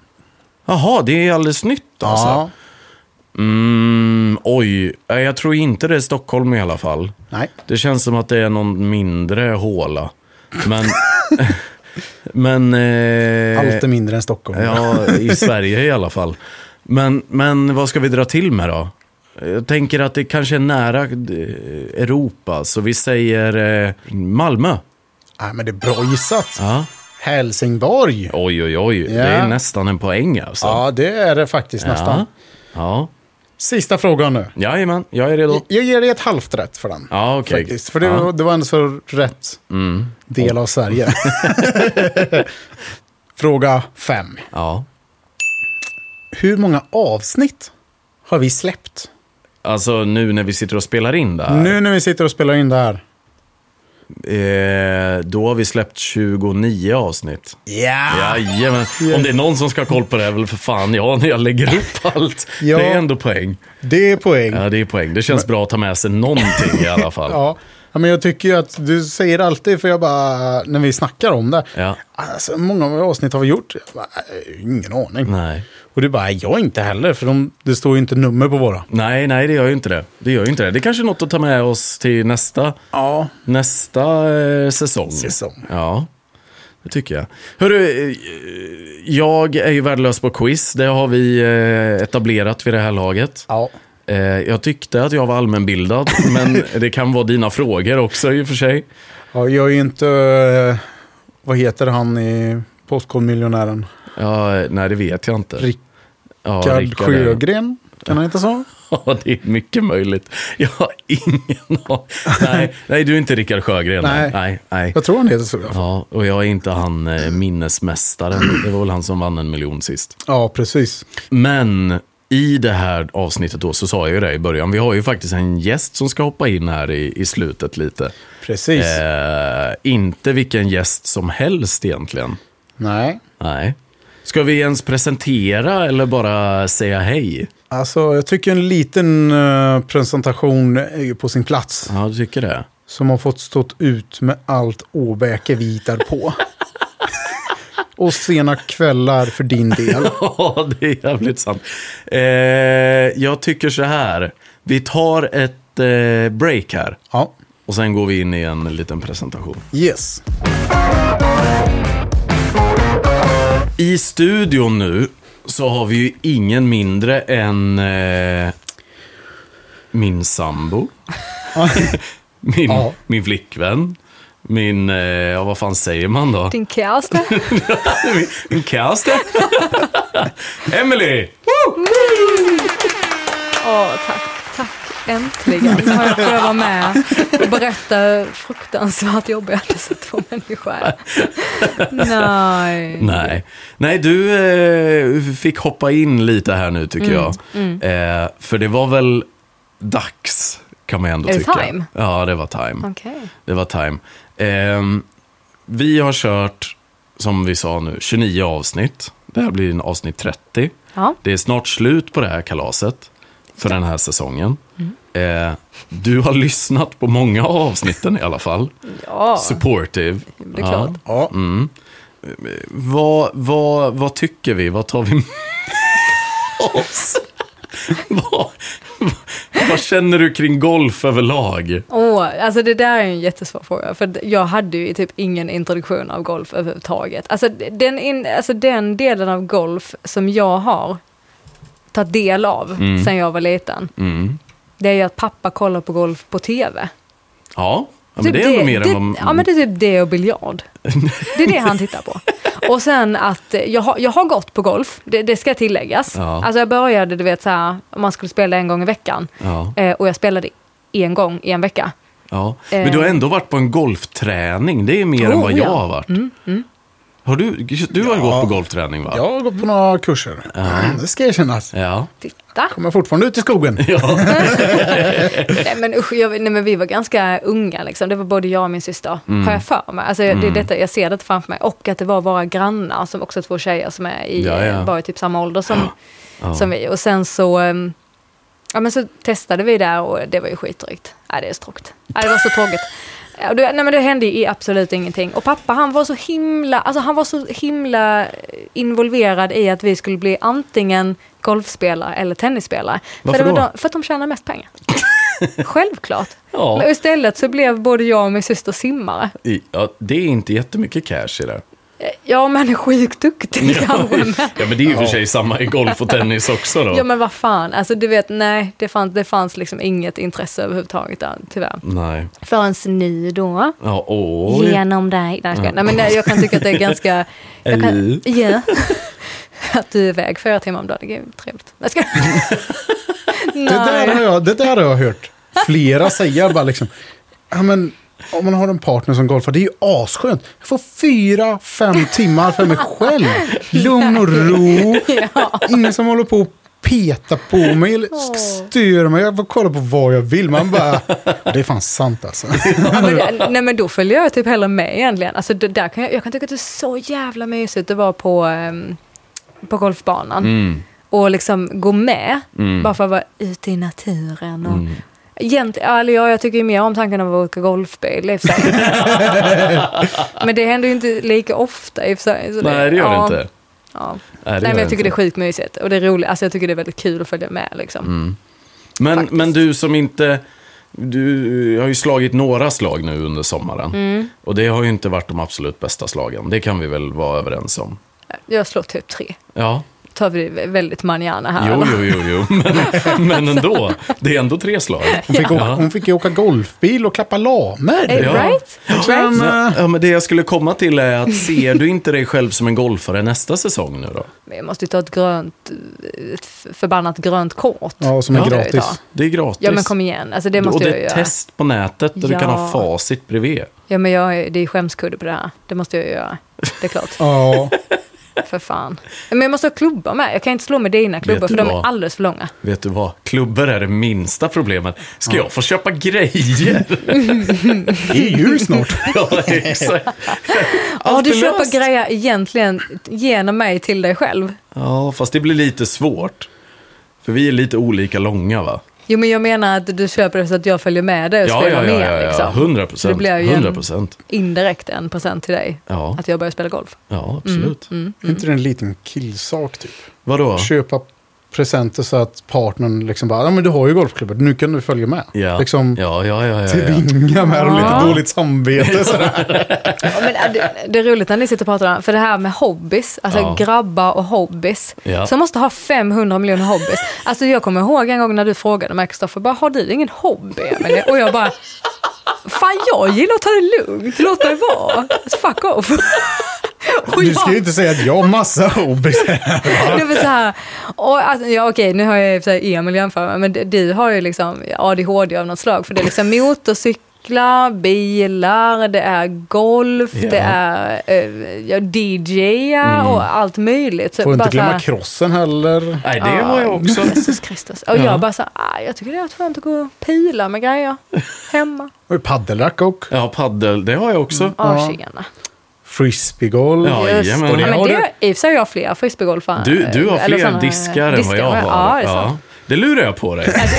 Speaker 2: Jaha, det är alldeles nytt alltså.
Speaker 1: Ja.
Speaker 2: Mm, oj. Nej, Jag tror inte det är Stockholm i alla fall.
Speaker 1: Nej.
Speaker 2: Det känns som att det är någon mindre håla. Men... men... Eh,
Speaker 1: Allt är mindre än Stockholm.
Speaker 2: Ja, i Sverige i alla fall. Men, men vad ska vi dra till med då? Jag tänker att det kanske är nära eh, Europa, så vi säger eh, Malmö.
Speaker 1: Nej, men det är bra gissat.
Speaker 2: Ja.
Speaker 1: Helsingborg.
Speaker 2: Oj, oj, oj.
Speaker 1: Ja.
Speaker 2: Det är nästan en poäng alltså.
Speaker 1: Ja, det är det faktiskt nästan.
Speaker 2: Ja.
Speaker 1: Sista frågan nu.
Speaker 2: ja. Jajamän, jag är redo.
Speaker 1: Jag ger dig ett halvt rätt för den.
Speaker 2: Ja, okej.
Speaker 1: Faktiskt, för det,
Speaker 2: Ja. Mm.
Speaker 1: var- det var en så rätt del av Sverige. Fråga fem.
Speaker 2: Ja.
Speaker 1: Hur många avsnitt har vi släppt?
Speaker 2: Alltså nu när vi sitter och spelar in det här.
Speaker 1: Nu när vi sitter och spelar in det här.
Speaker 2: Eh, då har vi släppt 29 avsnitt.
Speaker 1: Ja!
Speaker 2: Jajamän. Om det är någon som ska ha koll på det är väl för fan jag när jag lägger upp allt.
Speaker 1: Ja.
Speaker 2: Det är ändå poäng.
Speaker 1: Det är poäng. Ja.
Speaker 2: Ja, det är poäng. Det känns bra att ta med sig någonting i alla fall.
Speaker 1: Ja. men jag tycker ju att du säger alltid, för jag bara, när vi snackar om det.
Speaker 2: Ja.
Speaker 1: Alltså, hur många avsnitt har vi gjort? Jag bara, "Äh, ingen aning.
Speaker 2: Nej.
Speaker 1: Och du bara, jag inte heller, för de, det står ju inte nummer på våra.
Speaker 2: Nej, nej, det gör ju inte det. Det gör ju inte det. Det är kanske är något att ta med oss till nästa,
Speaker 1: Ja.
Speaker 2: nästa eh, säsong.
Speaker 1: Säsong.
Speaker 2: Ja, det tycker jag. Hörru, eh, jag är ju värdelös på quiz. Det har vi eh, etablerat vid det här laget.
Speaker 1: Ja.
Speaker 2: Eh, jag tyckte att jag var allmänbildad, men det kan vara dina frågor också i och för sig.
Speaker 1: ja jag är ju inte, eh, vad heter han i Postkodmiljonären?
Speaker 2: Ja, nej, det vet jag inte.
Speaker 1: Rickard
Speaker 2: Ja, Rickard är-
Speaker 1: Sjögren? Kan han heta så?
Speaker 2: Ja, det är mycket möjligt. Jag har ingen aning. Nej, nej, du är inte Rickard Sjögren.
Speaker 1: Nej.
Speaker 2: nej, nej.
Speaker 1: Jag tror han heter så i alla fall.
Speaker 2: Ja, och jag är inte han eh, minnesmästaren. Det var väl han som vann en miljon sist.
Speaker 1: Ja, precis.
Speaker 2: Men i det här avsnittet då så sa jag ju det i början. Vi har ju faktiskt en gäst som ska hoppa in här i, i slutet lite.
Speaker 1: Precis.
Speaker 2: Eh, inte vilken gäst som helst egentligen.
Speaker 1: Nej.
Speaker 2: Nej. Ska vi ens presentera eller bara säga hej?
Speaker 1: Alltså, jag tycker en liten eh, presentation är ju på sin plats.
Speaker 2: Ja, du tycker det?
Speaker 1: Som har fått stått ut med allt Åbäke vi hittar på. Och sena kvällar för din del.
Speaker 2: Ja, det är jävligt sant. Eh, jag tycker så här. Vi tar ett eh, break här.
Speaker 1: Ja.
Speaker 2: Och sen går vi in i en liten presentation.
Speaker 1: Yes.
Speaker 2: I studion nu så har vi ju ingen mindre än eh, min sambo, min,
Speaker 1: Ja.
Speaker 2: min flickvän, min, eh, ja vad fan säger man då?
Speaker 3: Din kärste.
Speaker 2: Min, min kärste? Emily!
Speaker 3: Åh, tack. Tack. Äntligen har jag fått vara med och berätta hur fruktansvärt jobbiga dessa två människor är. Nej.
Speaker 2: Nej. Nej, du eh, fick hoppa in lite här nu tycker
Speaker 3: Mm.
Speaker 2: jag. Eh, för det var väl dags, kan man ändå
Speaker 3: Är det
Speaker 2: tycka.
Speaker 3: time?
Speaker 2: Ja, det var time.
Speaker 3: Okej.
Speaker 2: Det var time. Ehm, vi har kört, som vi sa nu, 29 avsnitt. Det här blir en avsnitt 30.
Speaker 3: Ja.
Speaker 2: Det är snart slut på det här kalaset för den här säsongen.
Speaker 3: Mm.
Speaker 2: Eh, du har lyssnat på många av avsnitten i alla fall.
Speaker 3: ja,
Speaker 2: Supportive.
Speaker 3: det är klart.
Speaker 1: Ja.
Speaker 2: Vad, vad, vad tycker vi? Vad tar vi med oss? vad, vad, vad känner du kring golf överlag?
Speaker 3: Åh, alltså det där är en jättesvår fråga. För d- jag hade ju typ ingen introduktion av golf överhuvudtaget. Alltså d- den, in, alltså den delen av golf som jag har tagit del av sen jag var liten. Det är ju att pappa kollar på golf på tv.
Speaker 2: Ja, ja men det är nog mer
Speaker 3: Typ det,
Speaker 2: än vad...
Speaker 3: Ja, men det är typ det och biljard. Det är det han tittar på. Och sen att eh, jag har, jag har gått på golf, det, det ska tilläggas.
Speaker 2: Ja.
Speaker 3: Alltså jag började, du vet, så här, om man skulle spela en gång i veckan.
Speaker 2: Ja.
Speaker 3: Eh, och jag spelade en gång i en vecka.
Speaker 2: Ja, men du har ändå varit på en golfträning. Det är mer än
Speaker 3: Eh. Oh,
Speaker 2: vad jag
Speaker 3: ja. mm.
Speaker 2: har varit. Har du, du har ju
Speaker 1: Ja.
Speaker 2: gått på golfträning va?
Speaker 1: Jag har gått på några kurser. Mm, Det ska erkännas.
Speaker 2: Ja.
Speaker 3: Titta!
Speaker 1: Kommer fortfarande ut i skogen.
Speaker 3: Nej men usch, jag, nej, men vi var ganska unga liksom. Det var både jag och min syster,
Speaker 2: Mm.
Speaker 3: har jag för mig. Alltså, det är detta, jag ser detta framför mig. Och att det var våra grannar, som också är två tjejer som är i,
Speaker 2: Ja, ja.
Speaker 3: var i typ samma ålder som, som vi. Och sen så, ehm, ja, men så testade vi där och det var ju skitdrygt. Nej, det är så tråkigt. Nej, det var så tråkigt. Ja, det- Nej men det hände ju absolut ingenting. Och pappa han var så himla, alltså han var så himla eh, involverad i att vi skulle bli antingen golfspelare eller tennisspelare.
Speaker 2: Varför
Speaker 3: för, det var
Speaker 2: då?
Speaker 3: De, för att de tjänar mest pengar. Självklart.
Speaker 2: Ja.
Speaker 3: Men istället så blev både jag och min syster simmare.
Speaker 2: I- ja, det är inte jättemycket cash i det.
Speaker 3: Ja, men är sjukt duktig kanske. men-
Speaker 2: Ja, men det är ju för sig samma i golf och tennis också då.
Speaker 3: Ja, men vad fan. Alltså, du vet, nej, det fanns, det fanns liksom inget intresse överhuvudtaget där, tyvärr.
Speaker 2: Nej.
Speaker 3: Förrän nu då.
Speaker 2: Ja, oj.
Speaker 3: Genom dig. Nej, jag skojar. nej, men nej, jag kan tycka att det är ganska... Jag kan,
Speaker 2: Eller?
Speaker 3: ja. Att du är iväg fyra timmar om dagen, det är ju trevligt. Jag skojar.
Speaker 1: Det där, har
Speaker 3: Nej.
Speaker 1: jag, det där har jag hört flera säga. Bara liksom, ja, men, om man har en partner som golfar, det är ju asskönt. Jag får fyra, fem timmar för mig själv. Lugn och ro. Ingen som håller på och petar på mig eller
Speaker 3: Åh.
Speaker 1: stör mig. Jag får kolla på vad jag vill. Man bara, det är fan sant alltså.
Speaker 3: Ja, men, det- nej men då följer jag typ hellre med egentligen. Alltså, det där kan jag, jag kan tycka att det är så jävla mysigt att vara på, ehm, på golfbanan.
Speaker 2: Mm.
Speaker 3: Och liksom gå med, bara för att vara ute i naturen. Och,
Speaker 2: Mm.
Speaker 3: Egent, eller ja, jag tycker ju mer om tanken av att åka golfbil i och för sig. Men det händer ju inte lika ofta i och för sig. så
Speaker 2: Nej, det gör
Speaker 3: ja,
Speaker 2: det inte.
Speaker 3: Ja.
Speaker 2: Nej, det
Speaker 3: Nej,
Speaker 2: gör
Speaker 3: men jag tycker det är
Speaker 2: inte.
Speaker 3: skitmysigt. Och det är roligt, alltså jag tycker det är väldigt kul att följa med liksom.
Speaker 2: Mm. Men, men du som inte... Du har ju slagit några slag nu under sommaren.
Speaker 3: Mm.
Speaker 2: Och det har ju inte varit de absolut bästa slagen. Det kan vi väl vara överens om.
Speaker 3: Jag slår typ tre.
Speaker 2: Ja,
Speaker 3: tar vi det väldigt manjana här.
Speaker 2: Jo, jo, jo, jo. Men, men ändå. Det är ändå tre slag.
Speaker 1: Hon fick, åka,
Speaker 2: Ja.
Speaker 1: hon fick ju åka golfbil och klappa lamer.
Speaker 3: Eh,
Speaker 2: Ja.
Speaker 3: Right?
Speaker 1: Sen, eh,
Speaker 2: Ja, men det jag skulle komma till är att ser du inte dig själv som en golfare nästa säsong nu då?
Speaker 3: Men jag måste ju ta ett grönt, ett förbannat grönt kort.
Speaker 1: ja, som är
Speaker 2: Ja.
Speaker 1: gratis.
Speaker 2: Det är gratis.
Speaker 3: Ja men kom igen, alltså det
Speaker 2: och
Speaker 3: måste
Speaker 2: det
Speaker 3: jag
Speaker 2: är
Speaker 3: göra.
Speaker 2: ett test på nätet där du kan ha
Speaker 3: Ja.
Speaker 2: facit bredvid.
Speaker 3: Ja men jag, är- det är skämskudde på det här. Det måste jag göra. Det är klart.
Speaker 1: Ja,
Speaker 3: För fan. Men jag måste ha klubbar med. Jag kan inte slå med dina klubbor
Speaker 2: du
Speaker 3: för de är
Speaker 2: vad?
Speaker 3: alldeles för långa.
Speaker 2: Vet du vad? Klubbor är det minsta problemet. Ska jag få köpa grejer?
Speaker 1: det är jul snart.
Speaker 2: ja, exakt.
Speaker 3: Ja,
Speaker 2: Allt
Speaker 3: du
Speaker 2: är
Speaker 3: köper
Speaker 2: löst.
Speaker 3: grejer egentligen genom mig till dig själv.
Speaker 2: Ja, fast det blir lite svårt. För vi är lite olika långa va?
Speaker 3: Jo, men jag menar att du köper det så att jag följer med dig och
Speaker 2: Ja, ja,
Speaker 3: spelar
Speaker 2: ja,
Speaker 3: med.
Speaker 2: ja, ja.
Speaker 3: Liksom.
Speaker 2: 100
Speaker 3: Så det
Speaker 2: procent.
Speaker 3: blir ju
Speaker 2: 100
Speaker 3: en,
Speaker 2: procent.
Speaker 3: indirekt en present till dig.
Speaker 2: Ja,
Speaker 3: Att jag börjar spela golf.
Speaker 2: ja absolut.
Speaker 3: mm.
Speaker 1: Är inte det en liten killsak typ?
Speaker 2: Vadå?
Speaker 1: Köpa presenter så att partnern liksom bara, ja men du har ju golfklubben, nu kan du följa med.
Speaker 2: Ja.
Speaker 1: Liksom
Speaker 2: ja, ja, ja, ja, ja.
Speaker 1: tvinga med dem
Speaker 3: Ja.
Speaker 1: lite dåligt samvete. sådär.
Speaker 3: Ja, men, äh, det, det är roligt när ni sitter och pratar om det, för det här med hobbies, alltså
Speaker 2: Ja.
Speaker 3: grabbar och hobbies.
Speaker 2: Ja.
Speaker 3: Som måste ha 500 miljoner hobbies. Alltså jag kommer ihåg en gång när du frågade mig, Kristoffer, bara har du ingen hobby? Emelie?" Och jag bara, fan jag gillar att ta det lugnt, låt mig vara. Alltså, fuck off. Och
Speaker 1: Du ska
Speaker 3: jag-
Speaker 1: ju inte säga att jag har massa hobbies.
Speaker 3: Det var så här, och, alltså, ja, okej, nu har jag i och för sig E Emil jämför med, men d- du har ju liksom ADHD av något slag. För det är liksom motorcyklar, bilar, det är golf,
Speaker 2: Ja. Mm.
Speaker 3: det är eh, ja, DJ och allt möjligt. Så
Speaker 1: Får inte
Speaker 3: bara så här-
Speaker 1: glömma krossen heller.
Speaker 2: Nej, det var
Speaker 3: Ah.
Speaker 2: jag också.
Speaker 3: Jesus Kristus. Och
Speaker 2: Ja.
Speaker 3: jag bara så här, "Ah, jag tycker det är rätt skönt att gå och pila med grejer hemma.
Speaker 1: Och ju paddelrack och
Speaker 2: Ja, paddel, det har jag också.
Speaker 3: Ja,
Speaker 1: Ja.
Speaker 3: tjena.
Speaker 1: frisbeegolf.
Speaker 2: Ja,
Speaker 3: Just
Speaker 2: jajamän.
Speaker 3: det.
Speaker 2: Och det
Speaker 3: Ja, men
Speaker 1: har
Speaker 3: det,
Speaker 1: du-
Speaker 3: I och för sig har jag fler frisbeegolfare.
Speaker 2: Du, du har
Speaker 3: Eller
Speaker 2: fler
Speaker 3: såna-
Speaker 2: diskar än vad jag har.
Speaker 3: Ja, det är sant.
Speaker 2: det lurar jag på dig.
Speaker 3: Alltså,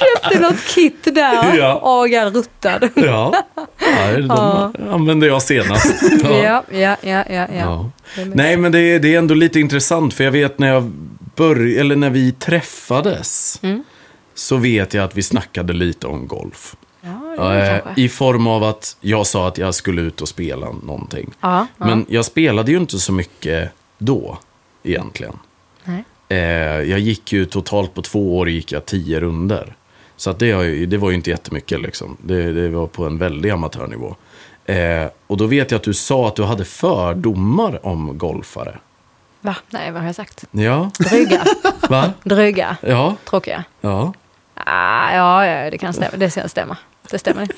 Speaker 3: köpte något kit där.
Speaker 2: Ja.
Speaker 3: Agar ruttad.
Speaker 2: Ja, ja de
Speaker 3: Ja.
Speaker 2: använde jag senast.
Speaker 3: Ja, ja, ja, ja. ja.
Speaker 2: Ja. Nej, men det är, det är ändå lite intressant för jag vet när jag började, eller när vi träffades
Speaker 3: Mm.
Speaker 2: så vet jag att vi snackade lite om golf.
Speaker 3: Ja, det är det
Speaker 2: Eh,
Speaker 3: kanske.
Speaker 2: I form av att jag sa att jag skulle ut och spela någonting.
Speaker 3: Ja, ja.
Speaker 2: Men jag spelade ju inte så mycket då, egentligen.
Speaker 3: Nej.
Speaker 2: Eh, jag gick ju totalt på två år gick jag tio runder. Så att det, har ju- det var ju inte jättemycket liksom. Det, det var på en väldig amatörnivå. Eh, och då vet jag att du sa att du hade fördomar om golfare.
Speaker 3: Va? Nej, vad har jag sagt?
Speaker 2: Ja,
Speaker 3: Dryga.
Speaker 2: va?
Speaker 3: Dryga.
Speaker 2: Ja,
Speaker 3: Tråkiga.
Speaker 2: ja.
Speaker 3: Ah, ja, ja, det kan stämma. Det kan stämma. Det stämmer.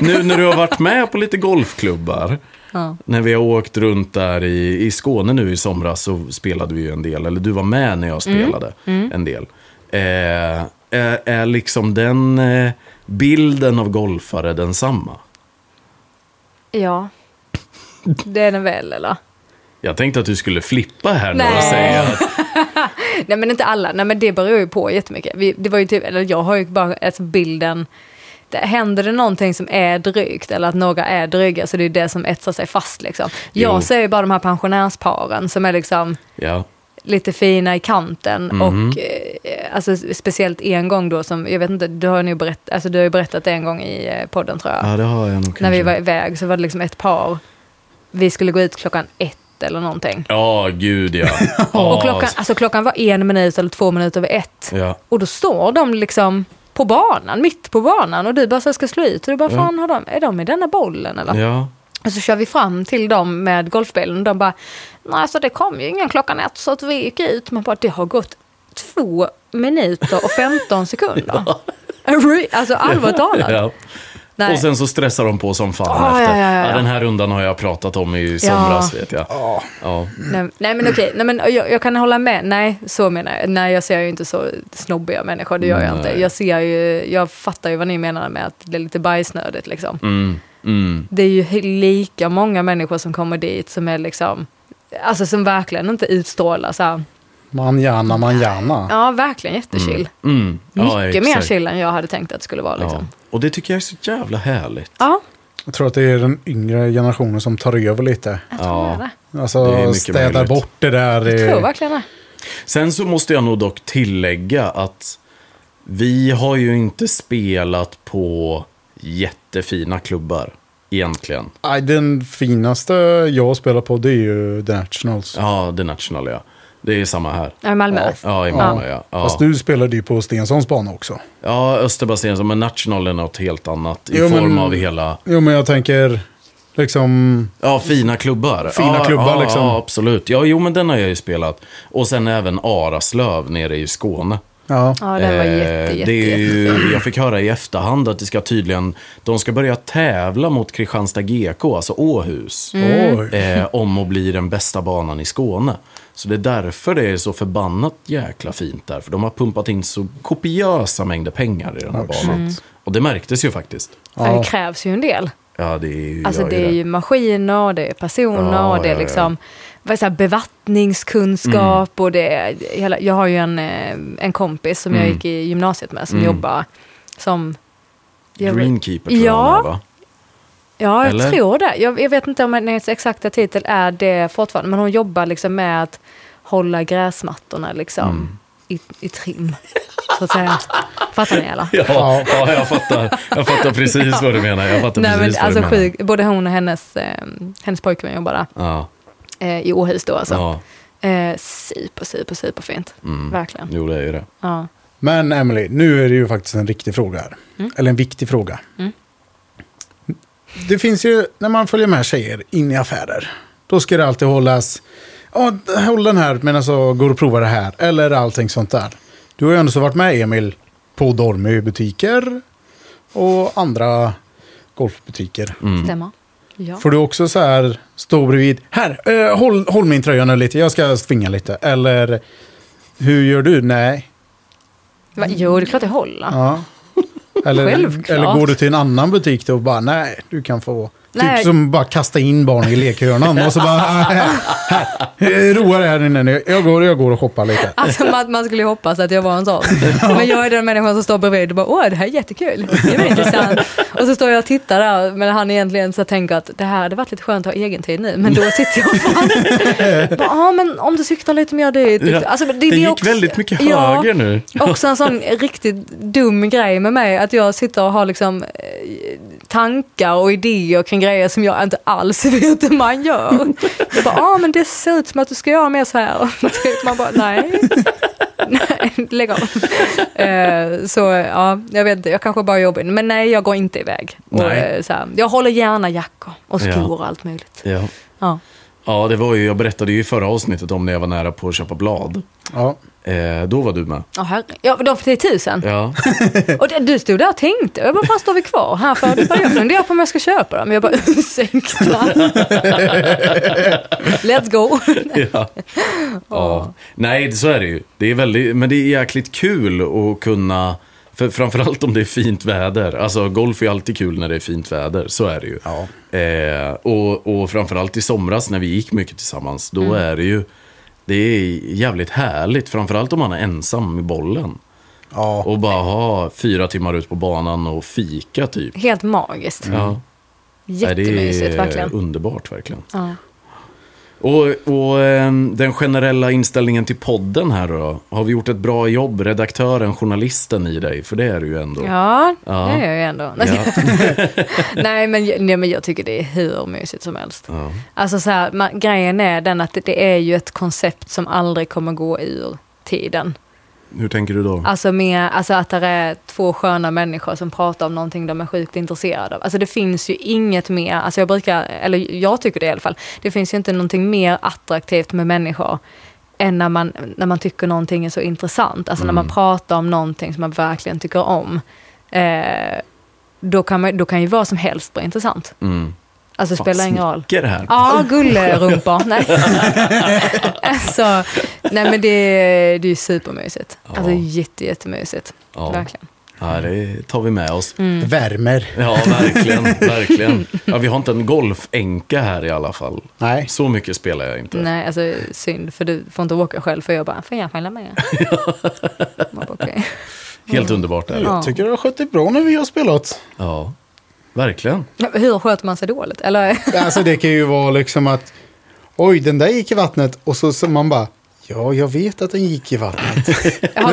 Speaker 2: Nu när du har varit med på lite golfklubbar.
Speaker 3: Ja.
Speaker 2: När vi har åkt runt där i, i Skåne nu i somras så spelade vi ju en del, eller du var med när jag
Speaker 3: Mm.
Speaker 2: spelade en del. Eh, är, är liksom den eh, bilden av golfare densamma?
Speaker 3: ja. Det är den väl, eller?
Speaker 2: Jag tänkte att du skulle flippa här nu och
Speaker 3: Nej.
Speaker 2: säga att
Speaker 3: Nej, men inte alla. Nej, men det beror ju på jättemycket. Vi, det var ju typ, eller jag har ju bara alltså, bilden. Det, händer det någonting som är drygt eller att några är dryga så det är det som etsar sig fast. Liksom.
Speaker 2: Jo.
Speaker 3: Jag ser ju bara de här pensionärsparen som är liksom
Speaker 2: ja,
Speaker 3: lite fina i kanten
Speaker 2: Mhm.
Speaker 3: och eh, alltså, speciellt en gång då som, jag vet inte, du har ju berättat, alltså, du har ju berättat det en gång i eh, podden tror jag.
Speaker 2: ja, det har jag nog
Speaker 3: När vi
Speaker 2: kanske.
Speaker 3: var iväg så var det liksom ett par, vi skulle gå ut klockan ett eller någonting.
Speaker 2: Ja, gud ja.
Speaker 3: Och klockan, alltså, klockan var en minut eller två minuter över ett.
Speaker 2: Ja.
Speaker 3: Och då står de liksom på banan, mitt på banan och du bara så här ska slå ut. Och du bara,
Speaker 2: Ja.
Speaker 3: fan har de, är de i denna bollen eller?
Speaker 2: Ja.
Speaker 3: Och så kör vi fram till dem med golfbilen och de bara, nej så det kom ju ingen klockan ett så att vi gick ut. Man bara, det har gått två minuter och 15 sekunder. Re- Alltså allvarligt talat.
Speaker 2: ja.
Speaker 3: Nej.
Speaker 2: Och sen så stressar de på som fan
Speaker 3: Ah,
Speaker 2: efter.
Speaker 3: ja, ja, ja.
Speaker 2: den här rundan har jag pratat om i somras vet jag.
Speaker 1: Ja.
Speaker 2: Ja. mm.
Speaker 3: Nej, nej men okej, nej, men jag, jag kan hålla med. Nej, så menar jag. Nej, jag ser ju inte så snobbiga människor, det gör
Speaker 2: Nej.
Speaker 3: jag inte. Jag ser ju, jag fattar ju vad ni menar med att det är lite bajsnödigt liksom.
Speaker 2: Mm. Mm.
Speaker 3: Det är ju lika många människor som kommer dit som är liksom, alltså som verkligen inte utstrålar så här.
Speaker 1: Manjana, manjana.
Speaker 3: Ja, verkligen jättechill.
Speaker 2: Mm. Ja,
Speaker 3: Mycket mer
Speaker 2: exakt.
Speaker 3: chill än jag hade tänkt att det skulle vara
Speaker 2: Ja.
Speaker 3: liksom.
Speaker 2: Och det tycker jag är så jävla härligt.
Speaker 3: Ja,
Speaker 1: Jag tror att det är den yngre generationen som tar över lite.
Speaker 3: jag tror
Speaker 2: Ja.
Speaker 3: det. är
Speaker 1: Alltså
Speaker 2: Det är mycket
Speaker 1: städar
Speaker 2: möjligt.
Speaker 1: bort det där.
Speaker 3: det.
Speaker 1: eh,
Speaker 3: Jag tror verkligen det.
Speaker 2: Sen så måste jag nog dock tillägga att vi har ju inte spelat på jättefina klubbar. egentligen.
Speaker 1: Nej, den finaste jag spelar på det är ju The Nationals.
Speaker 2: Ja, The National ja. Det är samma här.
Speaker 3: Ja, i Malmö.
Speaker 2: Ja, i Malmö ja. Ja,
Speaker 1: Fast du spelade ju på Stensons bana också.
Speaker 2: ja Österbasen, men National är något helt annat. I
Speaker 1: Jo, men-
Speaker 2: form av hela,
Speaker 1: Jo, men jag tänker liksom...
Speaker 2: ja fina klubbar.
Speaker 1: Fina
Speaker 2: ja,
Speaker 1: klubbar,
Speaker 2: ja,
Speaker 1: liksom.
Speaker 2: Ja, absolut. Ja, jo men den har jag ju spelat. Och sen även Araslöv nere i Skåne.
Speaker 1: Ja.
Speaker 3: Ja, den var
Speaker 2: Eh,
Speaker 3: jätte, jätte,
Speaker 2: det är
Speaker 3: jätte.
Speaker 2: ju, Jag fick höra i efterhand att det ska tydligen, de ska börja tävla mot Kristianstad GK, alltså Åhus,
Speaker 1: Oj.
Speaker 2: eh, om att bli den bästa banan i Skåne. Så det är därför det är så förbannat jäkla fint där, för de har pumpat in så kopiösa mängder pengar i den här
Speaker 1: Oh,
Speaker 2: banan. Och det märktes ju faktiskt.
Speaker 3: Ja, det krävs ju en del.
Speaker 2: Ja, det är ju,
Speaker 3: Alltså
Speaker 2: gör
Speaker 3: det är ju maskiner, och det är personer
Speaker 2: Ja,
Speaker 3: och det
Speaker 2: ja,
Speaker 3: är
Speaker 2: ja.
Speaker 3: liksom vad är så här, bevattningskunskap
Speaker 2: Mm.
Speaker 3: och det är hela, Jag har ju en, eh, en kompis som
Speaker 2: Mm.
Speaker 3: jag gick i gymnasiet med som jobbar som... jag vet-
Speaker 2: Greenkeeper tror jag
Speaker 3: Ja.
Speaker 2: han är, va?
Speaker 3: Ja, jag
Speaker 2: Eller?
Speaker 3: tror det. Jag, jag vet inte om hennes exakta titel är det fortfarande, men hon jobbar liksom med att hålla gräsmattorna liksom
Speaker 2: Mm.
Speaker 3: i, i trim. Så att säga. Fattar ni eller?
Speaker 2: Ja, ja. jag, fattar, jag fattar precis vad du menar. Jag fattar
Speaker 3: Nej, men
Speaker 2: precis
Speaker 3: alltså
Speaker 2: vad du menar.
Speaker 3: sjuk, både hon och hennes, eh, hennes pojkvän jobbar där.
Speaker 2: Ja,
Speaker 3: eh, i Åhus då alltså.
Speaker 2: ja,
Speaker 3: Eh, super, super, super fint.
Speaker 2: Mm.
Speaker 3: Verkligen.
Speaker 2: jo det är ju det.
Speaker 3: Ja.
Speaker 1: Men Emily, nu är det ju faktiskt en riktig fråga här. Eller en viktig fråga. Det finns ju, när man följer med tjejer in i affärer, då ska det alltid hållas, ja, håll den här medan jag går och provar det här, eller allting sånt där. Du har ju ändå så varit med Emil på Dormy-butiker och andra golfbutiker.
Speaker 2: Mm.
Speaker 3: Stämmer. Ja.
Speaker 1: Får du också så här stå bredvid, här, eh, håll, håll min tröja nu lite, jag ska svinga lite. Eller, hur gör du? Nej,
Speaker 3: Va? Jo, det är klart jag håller.
Speaker 1: Ja. Eller,
Speaker 3: Självklart.
Speaker 1: eller går du till en annan butik då och bara nej, du kan få. Typ
Speaker 3: Nej.
Speaker 1: som bara kasta in barn i lekhörnan och så bara här, här, roa dig här inne nu. Jag går, jag går och shoppar lite.
Speaker 3: Alltså man, man skulle ju hoppas att jag var en sån. Men jag är den människan som står bredvid och bara åh det här är jättekul, det var intressant. Och så står jag och tittar där men han egentligen så tänker att det här hade varit lite skönt att ha egen tid nu men då sitter jag fast. Bara, Ja men om du cyklar lite mer dit. Alltså, det, det
Speaker 2: gick
Speaker 3: också-
Speaker 2: väldigt mycket
Speaker 3: Ja.
Speaker 2: höger nu.
Speaker 3: Också en sån riktigt dum grej med mig, att jag sitter och har liksom eh, tankar och idéer kring grejer som jag inte alls vet hur man gör. Jag bara, ja ah, men det ser ut som att du ska göra mer så här. Och typ Man bara, nej. nej lägg av. Eh, Så ja, jag vet inte, jag kanske bara är jobbig. Men nej, jag går inte iväg. Och,
Speaker 2: Nej.
Speaker 3: eh, så här, jag håller gärna jackor och skor
Speaker 2: Ja.
Speaker 3: och allt möjligt.
Speaker 2: Ja.
Speaker 3: Ja.
Speaker 2: Ja, det var ju, jag berättade ju i förra avsnittet om när jag var nära på att köpa blad.
Speaker 1: Ja.
Speaker 2: Eh, då var du med.
Speaker 3: Oh, herre. Ja, de för 10 000.
Speaker 2: Ja.
Speaker 3: Och det, du stod där och tänkte, jag bara, fan står vi kvar här? För du bara, jag funderar på om jag ska köpa dem. Jag bara, ursäkta. Let's go.
Speaker 2: ja. ja. Nej, så är det ju. Det är väldigt, men det är jäkligt kul att kunna, för framförallt om det är fint väder. Alltså golf är alltid kul när det är fint väder, så är det ju. Eh, och, och framförallt i somras när vi gick mycket tillsammans,
Speaker 3: Mm.
Speaker 2: då är det ju, det är jävligt härligt. Framförallt om man är ensam i bollen.
Speaker 1: Ja.
Speaker 2: Och bara ha fyra timmar ut på banan och fika typ.
Speaker 3: Helt magiskt.
Speaker 2: Ja. Nej,
Speaker 3: Jättemysigt
Speaker 2: Det är
Speaker 3: verkligen.
Speaker 2: underbart verkligen.
Speaker 3: Ja.
Speaker 2: Och, och ehm, den generella inställningen till podden här då? Har vi gjort ett bra jobb, redaktören, journalisten i dig? För det är du ju ändå.
Speaker 3: Ja, det
Speaker 2: Ja.
Speaker 3: gör jag ändå.
Speaker 2: Ja.
Speaker 3: nej, men, jag- nej, men jag tycker det är hur mysigt som helst.
Speaker 2: Ja.
Speaker 3: Alltså så här, man, grejen är den att det, det är ju ett koncept som aldrig kommer gå ur tiden.
Speaker 2: Hur tänker du då?
Speaker 3: Alltså, med, alltså att det är två sköna människor som pratar om någonting de är sjukt intresserade av. Alltså det finns ju inget mer, alltså jag brukar, eller jag tycker det i alla fall, det finns ju inte någonting mer attraktivt med människor än när man, när man tycker någonting är så intressant. Alltså
Speaker 2: Mm.
Speaker 3: när man pratar om någonting som man verkligen tycker om. Eh, då, kan man, då kan ju vad som helst vara intressant.
Speaker 2: Mm.
Speaker 3: Alltså det
Speaker 2: Fan,
Speaker 3: spelar ingen roll.
Speaker 2: smicker här.
Speaker 3: Ja, gullerumpor. Nej. alltså, nej men det, det är ju supermysigt. Alltså
Speaker 2: Ja.
Speaker 3: jätte, jättemysigt.
Speaker 2: Ja.
Speaker 3: Verkligen.
Speaker 2: Ja, det tar vi med
Speaker 3: Mm.
Speaker 2: oss.
Speaker 1: Mm. Värmer.
Speaker 2: Ja, verkligen. verkligen. Ja, vi har inte en golfänka här i alla fall.
Speaker 1: Nej.
Speaker 2: Så mycket spelar jag inte.
Speaker 3: Nej, alltså synd, för du får inte åka själv. För jag bara, får jag följa med? Man bara, okej.
Speaker 2: Helt underbart är det.
Speaker 1: Jag tycker du har skött dig bra när vi har spelat.
Speaker 2: Ja, verkligen.
Speaker 3: Hur sköter man sig dåligt? Eller,
Speaker 1: Alltså det kan ju vara liksom att oj den där gick i vattnet och så, så man bara Ja, jag vet att den gick i vattnet.
Speaker 3: Jaha,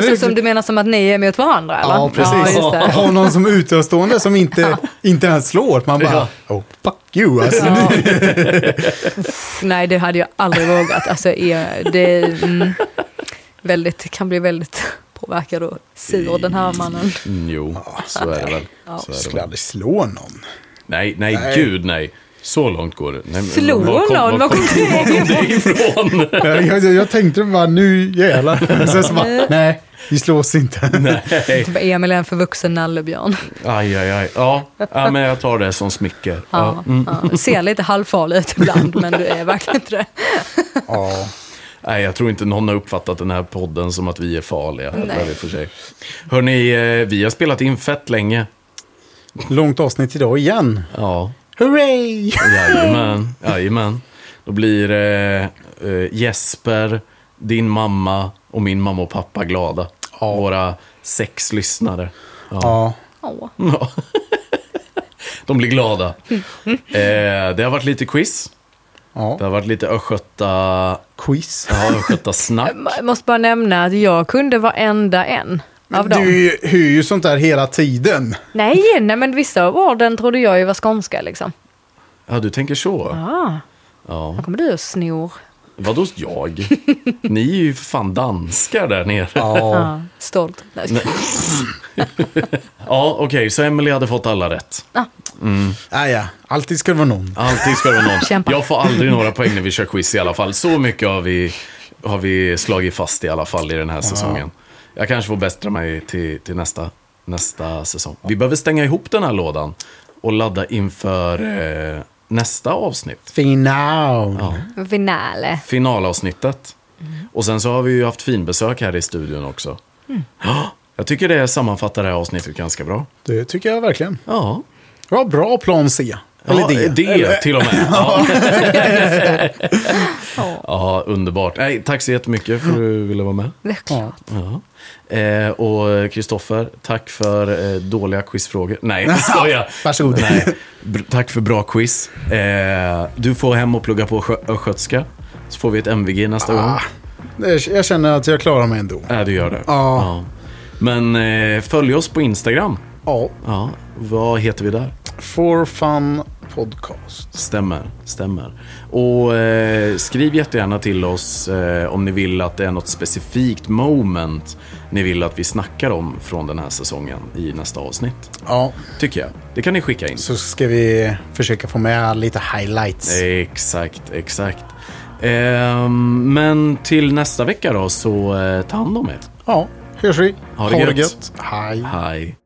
Speaker 1: Nu-
Speaker 3: så som du menar som att ni är mot varandra eller?
Speaker 1: Ja, precis.
Speaker 3: Ja,
Speaker 1: Man
Speaker 3: just
Speaker 1: har någon som är utomstående som inte, inte ens slår. Man bara, oh, fuck you alltså.
Speaker 3: det. Ja. Nej, det hade jag aldrig vågat. Alltså, är- det är, mm, väldigt, kan bli väldigt påverkad och sur den här mannen.
Speaker 2: Mm, jo, så är det väl. Så är det
Speaker 1: Skulle
Speaker 2: väl.
Speaker 1: aldrig slå någon.
Speaker 2: Nej, nej, gud nej. Så långt går det. Nej, men
Speaker 3: Slå
Speaker 2: var kom-
Speaker 3: någon?
Speaker 2: Var
Speaker 3: Var
Speaker 2: kom,
Speaker 3: kom
Speaker 2: kom
Speaker 3: det
Speaker 2: det ifrån?
Speaker 1: Jag, jag, jag tänkte bara, nu jävlar. Sen så bara, nej, vi slås inte.
Speaker 2: nej.
Speaker 3: Typ Emil är en förvuxen nallebjörn.
Speaker 2: Aj, aj, aj. Ja. ja, men jag tar det som smicker. Ja.
Speaker 3: Ja, ja. Det Ser lite halvfarlig ut ibland, men du är verkligen inte det.
Speaker 1: Ja,
Speaker 2: Nej, jag tror inte någon har uppfattat den här podden som att vi är farliga.
Speaker 3: Nej.
Speaker 2: Nej. För sig. Hörrni, eh, vi har spelat in fett länge.
Speaker 1: långt avsnitt idag igen.
Speaker 2: Ja,
Speaker 1: Hurray!
Speaker 2: jajamän. jajamän. Då blir eh, eh, Jesper, din mamma och min mamma och pappa glada. Våra sex lyssnare.
Speaker 1: Ja,
Speaker 3: Åh.
Speaker 2: Ja. De blir glada. Eh, det har varit lite quiz. Det
Speaker 1: ja.
Speaker 2: har varit lite östgöta...
Speaker 1: Quiz.
Speaker 2: Ja, östgötasnack.
Speaker 3: Jag måste bara nämna att jag kunde varenda en av dem.
Speaker 1: Du hyr ju sånt där hela tiden.
Speaker 3: Nej, nej, men vissa av orden trodde jag ju var skånska liksom.
Speaker 2: Ja, du tänker så.
Speaker 3: Ah,
Speaker 2: Ja.
Speaker 3: här kommer du och snor.
Speaker 2: Vadå jag? Ni är ju för fan danskar där nere. Ja,
Speaker 1: Ja.
Speaker 3: Ah, stolt. Nej, jag skojar.
Speaker 2: okej, så Emily hade fått alla rätt.
Speaker 1: Ah, ja. Alltid ska det vara någon.
Speaker 2: Alltid ska det vara någon.
Speaker 3: Kämpa.
Speaker 2: Jag får aldrig några poäng när vi kör quiz i alla fall. Så mycket har vi, har vi slagit fast i alla fall i den här säsongen. Jag kanske får bättra mig till, till nästa, nästa säsong. Vi behöver stänga ihop den här lådan och ladda inför eh, nästa avsnitt.
Speaker 1: Final.
Speaker 2: Ja.
Speaker 3: Finale.
Speaker 2: Finalavsnittet. Och sen så har vi ju haft finbesök här i studion också. Ja, Jag tycker det sammanfattar det här avsnittet ganska bra.
Speaker 1: Det tycker jag verkligen.
Speaker 2: Ja,
Speaker 1: Ja, bra plan C. Eller
Speaker 2: ja,
Speaker 1: D.
Speaker 2: det
Speaker 1: Eller-
Speaker 2: till och med. Ja.
Speaker 3: Ja.
Speaker 2: ja, underbart. Nej, tack så jättemycket för att du ville vara med.
Speaker 3: Det är klart.
Speaker 1: Ja.
Speaker 2: Ja. Eh, och Kristoffer, tack för eh, dåliga quizfrågor. Nej, jag skojar.
Speaker 1: Varsågod.
Speaker 2: Nej, br- tack för bra quiz. Eh, du får hem och plugga på sjö- östgötska. Så får vi ett MVG nästa
Speaker 1: Ah.
Speaker 2: gång.
Speaker 1: Det- Jag känner att jag klarar mig ändå.
Speaker 2: Ja, du gör det.
Speaker 1: Ja.
Speaker 2: Men eh, följ oss på Instagram.
Speaker 1: Ja.
Speaker 2: Ja, vad heter vi där?
Speaker 1: For Fun Podcast.
Speaker 2: Stämmer, stämmer. Och eh, skriv jättegärna till oss eh, om ni vill att det är något specifikt moment ni vill att vi snackar om från den här säsongen i nästa avsnitt.
Speaker 1: Ja,
Speaker 2: Tycker jag. Det kan ni skicka in.
Speaker 1: så ska vi försöka få med lite highlights.
Speaker 2: Exakt, exakt. Ehm, men till nästa vecka då, så eh, ta hand om er.
Speaker 1: Ja, hörs vi.
Speaker 2: Ha det gött.
Speaker 1: Hej.
Speaker 2: Hej.